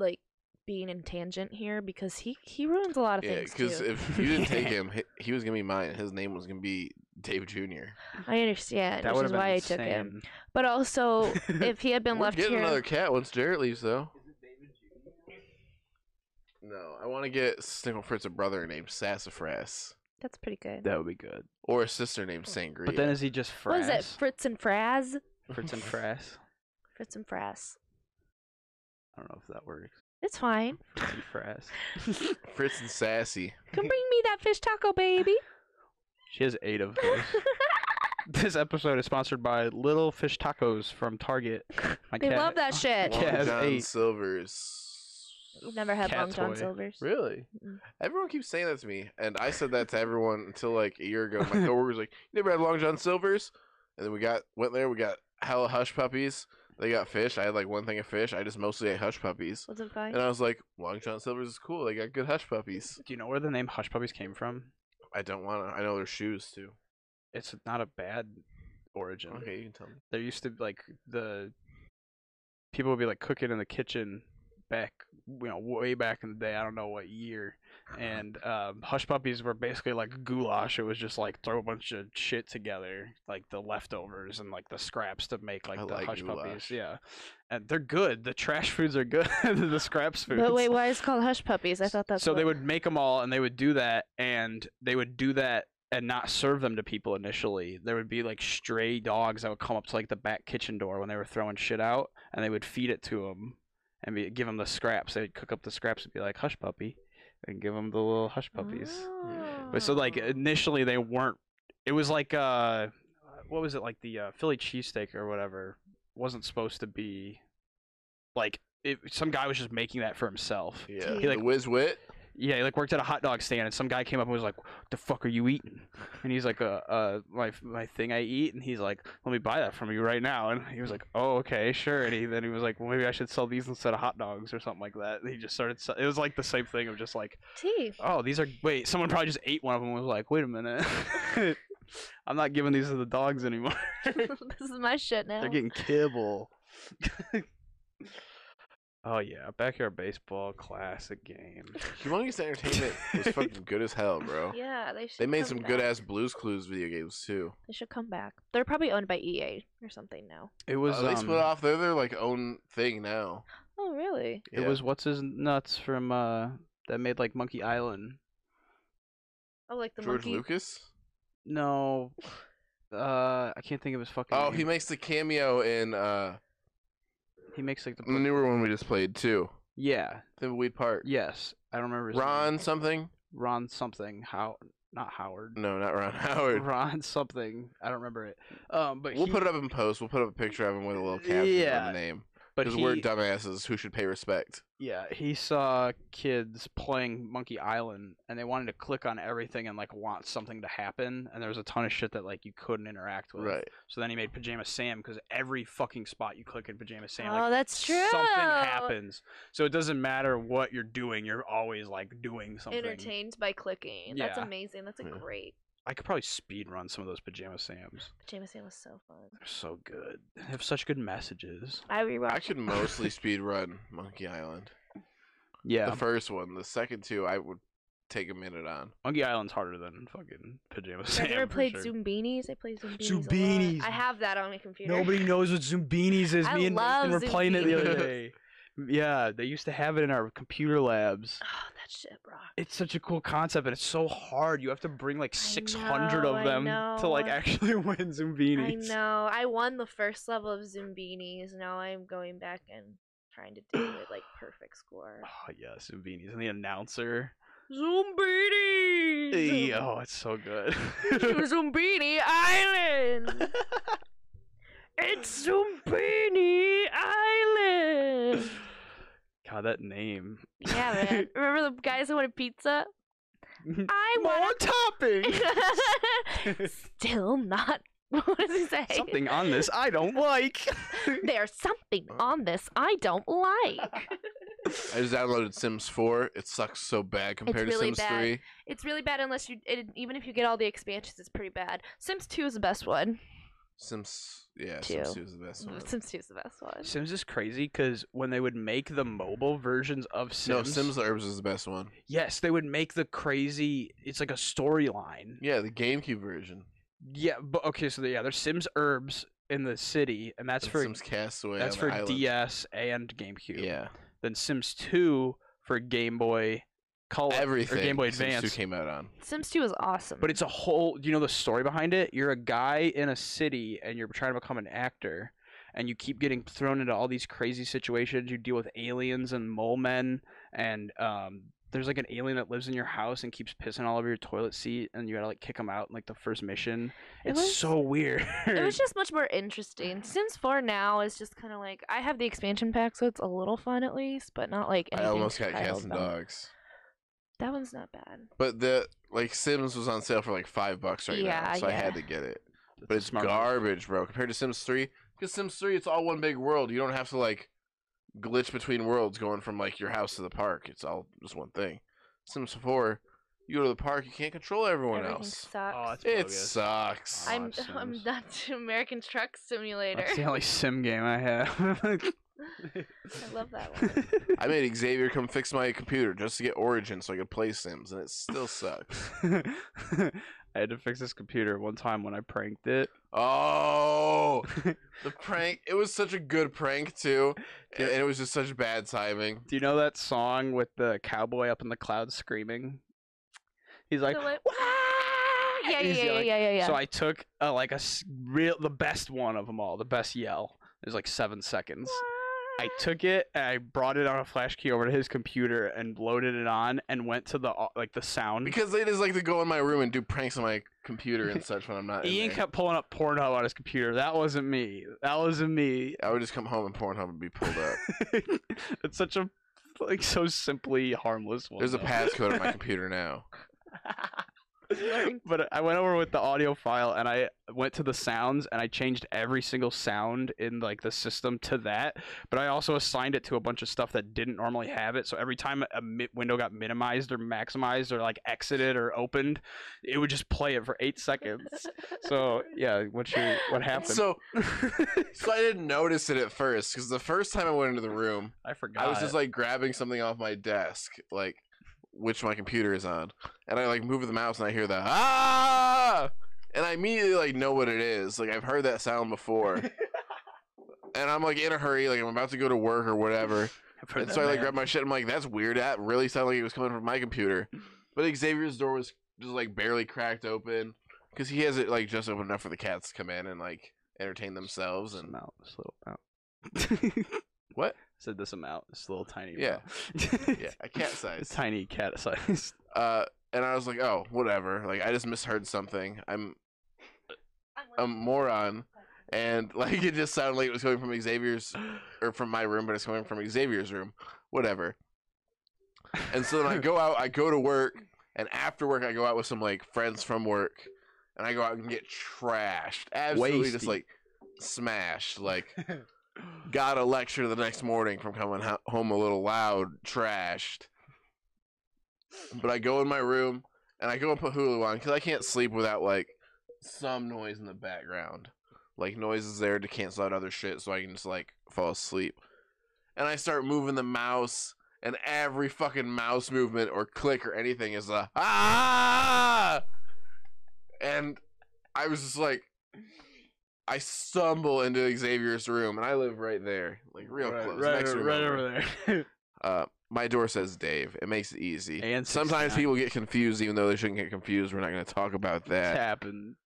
like being in tangent here because he he ruins a lot of yeah, things because too. if you didn't take [laughs] Yeah. him, he, he was gonna be mine. His name was gonna be Dave Jr. I understand, That which would is have been why insane. I took him. But [laughs] also, if he had been We're left getting here, another cat once Jarrett leaves, though. No, I want to get Snickle Fritz a brother named Sassafras that's pretty good. that would be [laughs] good. or a sister named Sangria. But then is he just frass? What is it? Fritz and Fraz? Fritz and frass. Fritz and Fraz. I don't know if that works. It's fine. Fritz and frass. [laughs] Fritz and Sassy. [laughs] Come bring me that fish taco, baby. [laughs] She has eight of those. [laughs] this episode is sponsored by Little Fish Tacos from Target. My they cat- love [laughs] that shit. Yeah, Long it's John eight. Silver's. I've Never had Long Cat's John way. Silver's. [laughs] Really? Mm-mm. Everyone keeps saying that to me, and I said that to everyone until like a year ago. My coworker was like, "You never had Long John Silver's," and then we got went there. We got hella hush puppies. They got fish. I had like one thing of fish. I just mostly ate hush puppies, Was it fine? and I was like, "Long John Silver's is cool. They got good hush puppies." [gasps] Do you know where the name Hush Puppies came from? I don't want to. I know their shoes too. It's not a bad origin. Okay, you can tell me. there used to be like the people would be like cooking in the kitchen back you know way back in the day i don't know what year Uh-huh. and um, hush puppies were basically like goulash it was just like throw a bunch of shit together like the leftovers and like the scraps to make like I the like hush puppies goulash. yeah and they're good the trash foods are good [laughs] the scraps foods But wait, why is it called Hush Puppies? I thought that's so they what- would make them all and they would do that and they would do that and not serve them to people initially there would be like stray dogs that would come up to like the back kitchen door when they were throwing shit out and they would feed it to them and be, give them the scraps they'd cook up the scraps and be like hush puppy and give them the little hush puppies but so like uh, Oh. initially they weren't it was like uh what was it like the uh, philly cheesesteak or whatever wasn't supposed to be like it, some guy was just making that for himself Yeah, He, the like- [laughs] whiz wit. yeah, he like worked at a hot dog stand, and some guy came up and was like, "What the fuck are you eating?" And he's like, "Uh, uh my my thing I eat." And he's like, "Let me buy that from you right now." And he was like, "Oh, okay, sure." And he then he was like, "Well, maybe I should sell these instead of hot dogs or something like that." And he just started. se- It was like the same thing of just like, Tea. "Oh, these are wait." Someone probably just ate one of them and was like, "Wait a minute, [laughs] I'm not giving these to the dogs anymore. [laughs] [laughs] this is my shit now. They're getting kibble." [laughs] oh yeah, backyard baseball, classic game. Humongous Entertainment [laughs] was fucking good as hell, bro. yeah, they should. They made come some back. good ass Blues Clues video games too. They should come back. They're probably owned by EA or something now. It was Uh, they split um, off. They're their like own thing now. Oh really? It Yeah. was what's his nuts from uh that made like Monkey Island. Oh, like the George monkey. Lucas. No, uh, I can't think of his fucking. Oh, name. he makes the cameo in uh he makes like the. the newer one we just played too. yeah. The Weed Park. Yes, I don't remember. His name. Ron something? Ron something. How? Not Howard. No, not Ron [laughs] Howard. Ron [laughs] something. I don't remember it. Um, but we'll he, put it up in post. We'll put up a picture of him with a little caption yeah. Yeah. the name. But Because he, we're dumbasses who should pay respect. Yeah, he saw kids playing Monkey Island and they wanted to click on everything and like want something to happen and there was a ton of shit that like you couldn't interact with. Right. So then he made Pajama Sam because every fucking spot you click in Pajama Sam, like, oh, that's true. something happens. So it doesn't matter what you're doing, you're always like doing something. Entertained by clicking. That's Yeah. amazing. That's a Yeah. great. I could probably speed run some of those pajama Sams. Jameson was so fun. They're so good. They have such good messages. I rewatched. I could [laughs] mostly speed run Monkey Island. Yeah. The first one. The second two I would take a minute on. Monkey Island's harder than fucking Pajama Sam. I've never for played sure. Zumbinis. I play Zumbinis. A Zumbinis. lot. I have that on my computer. Nobody knows what Zumbinis [laughs] is. I Me and love Nathan were playing it the other Zumbinis. day. Yeah, they used to have it in our computer labs. Oh, that shit rock. It's such a cool concept, and it's so hard. You have to bring like 600 know, I of them to like know. [laughs] actually win I Zumbinis. know. I won the first level of Zumbinis. Now I'm going back and trying to do it like perfect [gasps] score. Oh yeah, Zumbinis and the announcer. Zumbinis. [laughs] Ey, oh, it's so good. [laughs] [laughs] Zumbini Island. It's Zumbini Island. God, that name. Yeah, [laughs] man. Remember the guys who wanted pizza? I More want. [laughs] topping. Still not. [laughs] What does he say? Something on this I don't like. There's [laughs] something on this I don't [laughs] like. I just downloaded Sims 4. It sucks so bad compared really to Sims bad. 3. It's really bad unless you. It, even if you get all the expansions, it's pretty bad. Sims 2 is the best one. Sims, yeah, Sims Two. 2 is the best [laughs] one. Sims 2 is the best one. Sims is crazy because when they would make the mobile versions of Sims, No, Sims the Herbs is the best one. yes, they would make the crazy. It's like a storyline. Yeah, the GameCube version. Yeah, but okay, so yeah, there's Sims Herbs in the city, and that's That's for Sims Castaway. that's on for the island. DS and GameCube. Yeah, Then Sims Two for Game Boy Color everything. or Game Boy Sims 2 Advance. came out on. Sims 2 is awesome. But it's a whole. You know the story behind it. You're a guy in a city, and you're trying to become an actor, and you keep getting thrown into all these crazy situations. You deal with aliens and mole men, and um, there's like an alien that lives in your house and keeps pissing all over your toilet seat, and you gotta like kick him out in like the first mission. It It's was- so weird. It [laughs] was just much more interesting. Sims 4 now is just kind of like I have the expansion pack, so it's a little fun at least, but not like I anything almost got wild cats and about it. dogs. That one's not bad. But the like Sims was on sale for like five bucks right Yeah, now, so I had yeah. to get it. That's But a it's smart move. garbage, bro, compared to Sims Three. Because Sims Three, it's all one big world. You don't have to like glitch between worlds, going from like your house to the park. It's all just one thing. Sims Four, you go to the park, you can't control everyone Everything else. Oh, sucks. it's It bogus. sucks. I I'm [laughs] love I'm Sims. that's American Truck Simulator. That's the only sim game I [laughs] have. I love that one. [laughs] I made Xavier come fix my computer just to get Origin so I could play Sims, and it [laughs] still sucks. I had to fix this computer one time when I pranked it. [laughs] Oh, the prank! It was such a good prank too, and, and it was just such bad timing. Do you know that song with the cowboy up in the clouds screaming? He's like, The [gasps] what- "Wah!" [laughs] yeah, yeah, He's yeah, yeah, yelling. yeah, yeah, yeah. So I took uh, like a s- real, the best one of them all, the best yell. It was like seven seconds. I took it and I brought it on a flash key over to his computer and loaded it on and went to the au- like the sound. Because they just like to go in my room and do pranks on my computer and such when I'm not. In Ian there. kept pulling up Pornhub on his computer. That wasn't me. That wasn't me. I would just come home and Pornhub would be pulled up. [laughs] it's such a like so simply harmless one. There's a though. passcode on [laughs] my computer now. Learn. but I went over with the audio file and I went to the sounds and I changed every single sound in like the system to that. But I also assigned it to a bunch of stuff that didn't normally have it. So every time a mi- window got minimized or maximized or like exited or opened, it would just play it for eight [laughs] seconds. So yeah, what you what happened? So, so I didn't notice it at first because the first time I went into the room, [laughs] I forgot. I was just like grabbing something off my desk, like which my computer is on, and I like move the mouse and I hear the ah, and I immediately like know what it is. Like I've heard that sound before, and I'm like in a hurry, like I'm about to go to work or whatever. I've heard and that so I like man. grabbed my shit. I'm like, that's weird. That really sounded like it was coming from my computer. But Xavier's door was just like barely cracked open because he has it like just open enough for the cats to come in and like entertain themselves. this [laughs] And amount, this little amount. [laughs] What? said this amount, this little tiny. Yeah. amount. [laughs] yeah, a cat It's size. tiny cat size. Uh, and I was like, oh, whatever. Like I just misheard something. I'm a um, moron. And like it just sounded like it was coming from Xavier's or from my room, but it's coming from Xavier's room. Whatever. [laughs] And so then I go out, I go to work, and after work I go out with some like friends from work, and I go out and get trashed, absolutely just Wasty. like smashed. Like got a lecture the next morning from coming ho- home a little loud, trashed. But I go in my room and I go and put Hulu on because I can't sleep without like some noise in the background, like noises there to cancel out other shit, so I can just like fall asleep. And I start moving the mouse and every fucking mouse movement or click or anything is a ah. And I was just like, I stumble into Xavier's room, and I live right there, like real right, close, right, next room right over. over [laughs] there. Uh, my door says Dave. It makes it easy. and Sometimes 69. people get confused, even though they shouldn't get confused. We're not going to talk about [laughs] that. happened.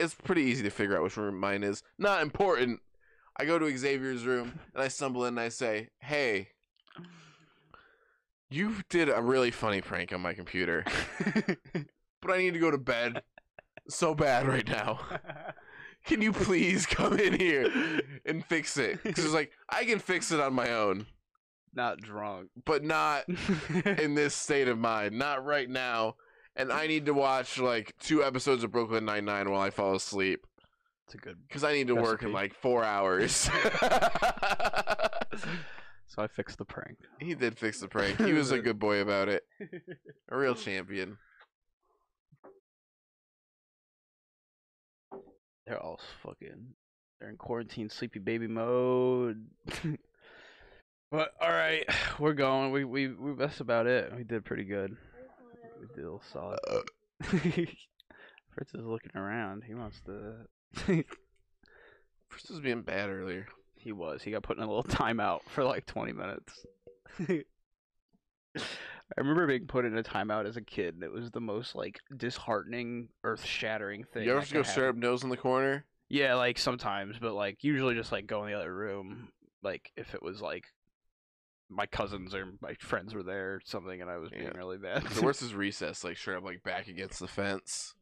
It's pretty easy to figure out which room mine is. Not important. I go to Xavier's room and I stumble in and I say, "Hey, you did a really funny prank on my computer, but I need to go [laughs] to bed so bad right now. Can you please come in here and fix it?" Because like I can fix it on my own, Not drunk. [laughs] but not in this state of mind, not right now. And I need to watch like two episodes of Brooklyn Nine Nine while I fall asleep It's a [laughs] good. [laughs] because I need to work in Recipe. like four hours. [laughs] So I fixed the prank. he did fix the prank. He was a good boy about it. A real champion. They're all fucking. They're in quarantine, sleepy baby mode. [laughs] but all right, [sighs] we're going. We we we that's about it. We did pretty good. We did a little solid. [laughs] Uh, Fritz is looking around. He wants to. [laughs] First was being bad earlier. he was. He got put in a little timeout for like 20 minutes. [laughs] I remember being put in a timeout as a kid, and it was the most like disheartening, earth-shattering thing. you ever that just go could happen. straight up nose in the corner? Yeah, like sometimes, but like usually just like go in the other room. Like if it was like my cousins or my friends were there or something, and I was being Yeah. really bad. The worst is recess, like straight up like back against the fence.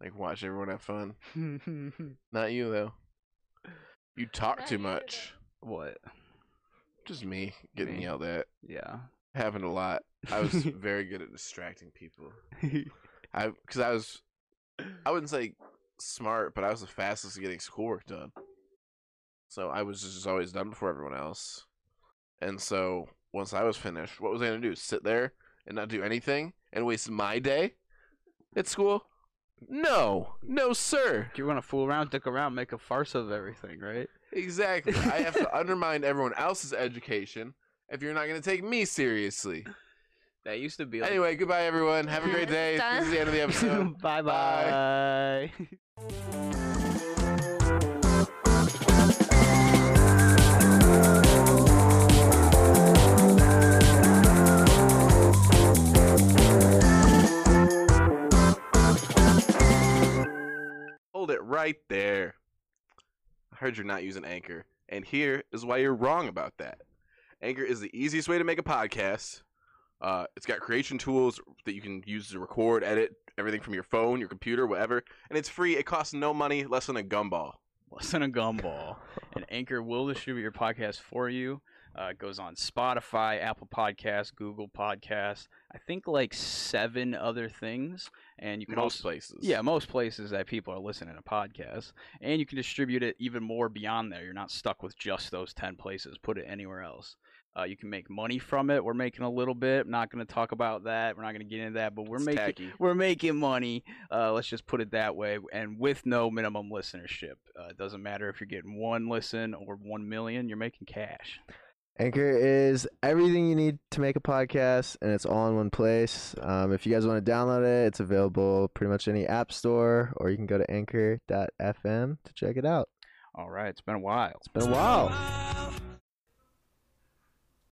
Like watch everyone have fun. Not you though. You talk Not too you today. much. [laughs] what? Just me getting Me. yelled at. Yeah. Happened a lot. [laughs] I was very good at distracting people. I because I was, I wouldn't say smart, but I was the fastest at getting schoolwork done. So I was just always done before everyone else. And so once I was finished, what was I gonna do? Sit there and not do anything and waste my day at school? No, no, sir. you want to fool around, dick around, make a farce of everything, right? Exactly. I have to undermine everyone else's education if you're not gonna take me seriously. That used to be like [laughs] Anyway, goodbye everyone. Have a great day. This is the end of the episode. bye bye. Hold it right there. I heard you're not using Anchor, and here is why you're wrong about that. Anchor is the easiest way to make a podcast. Uh, it's got creation tools that you can use to record, edit everything from your phone, your computer, whatever, and it's free. It costs no money, less than a gumball. Less than a gumball. and Anchor will distribute your podcast for you. Uh, it goes on Spotify, Apple Podcasts, Google Podcasts. I think like seven other things, and you can Most also places. yeah, most places that people are listening to podcasts, and you can distribute it even more beyond there. You're not stuck with just those ten places. Put it anywhere else. Uh, you can make money from it. We're making a little bit. not going to talk about that. We're not going to get into that. But we're It's making tacky. we're making money. Uh, let's just put it that way. And with no minimum listenership, uh, it doesn't matter if you're getting one listen or one million. You're making cash. Anchor is everything you need to make a podcast, and it's all in one place. Um, if you guys want to download it, it's available pretty much any app store, or you can go to anchor.fm to check it out. All right, it's been a while. It's been a while. Wow.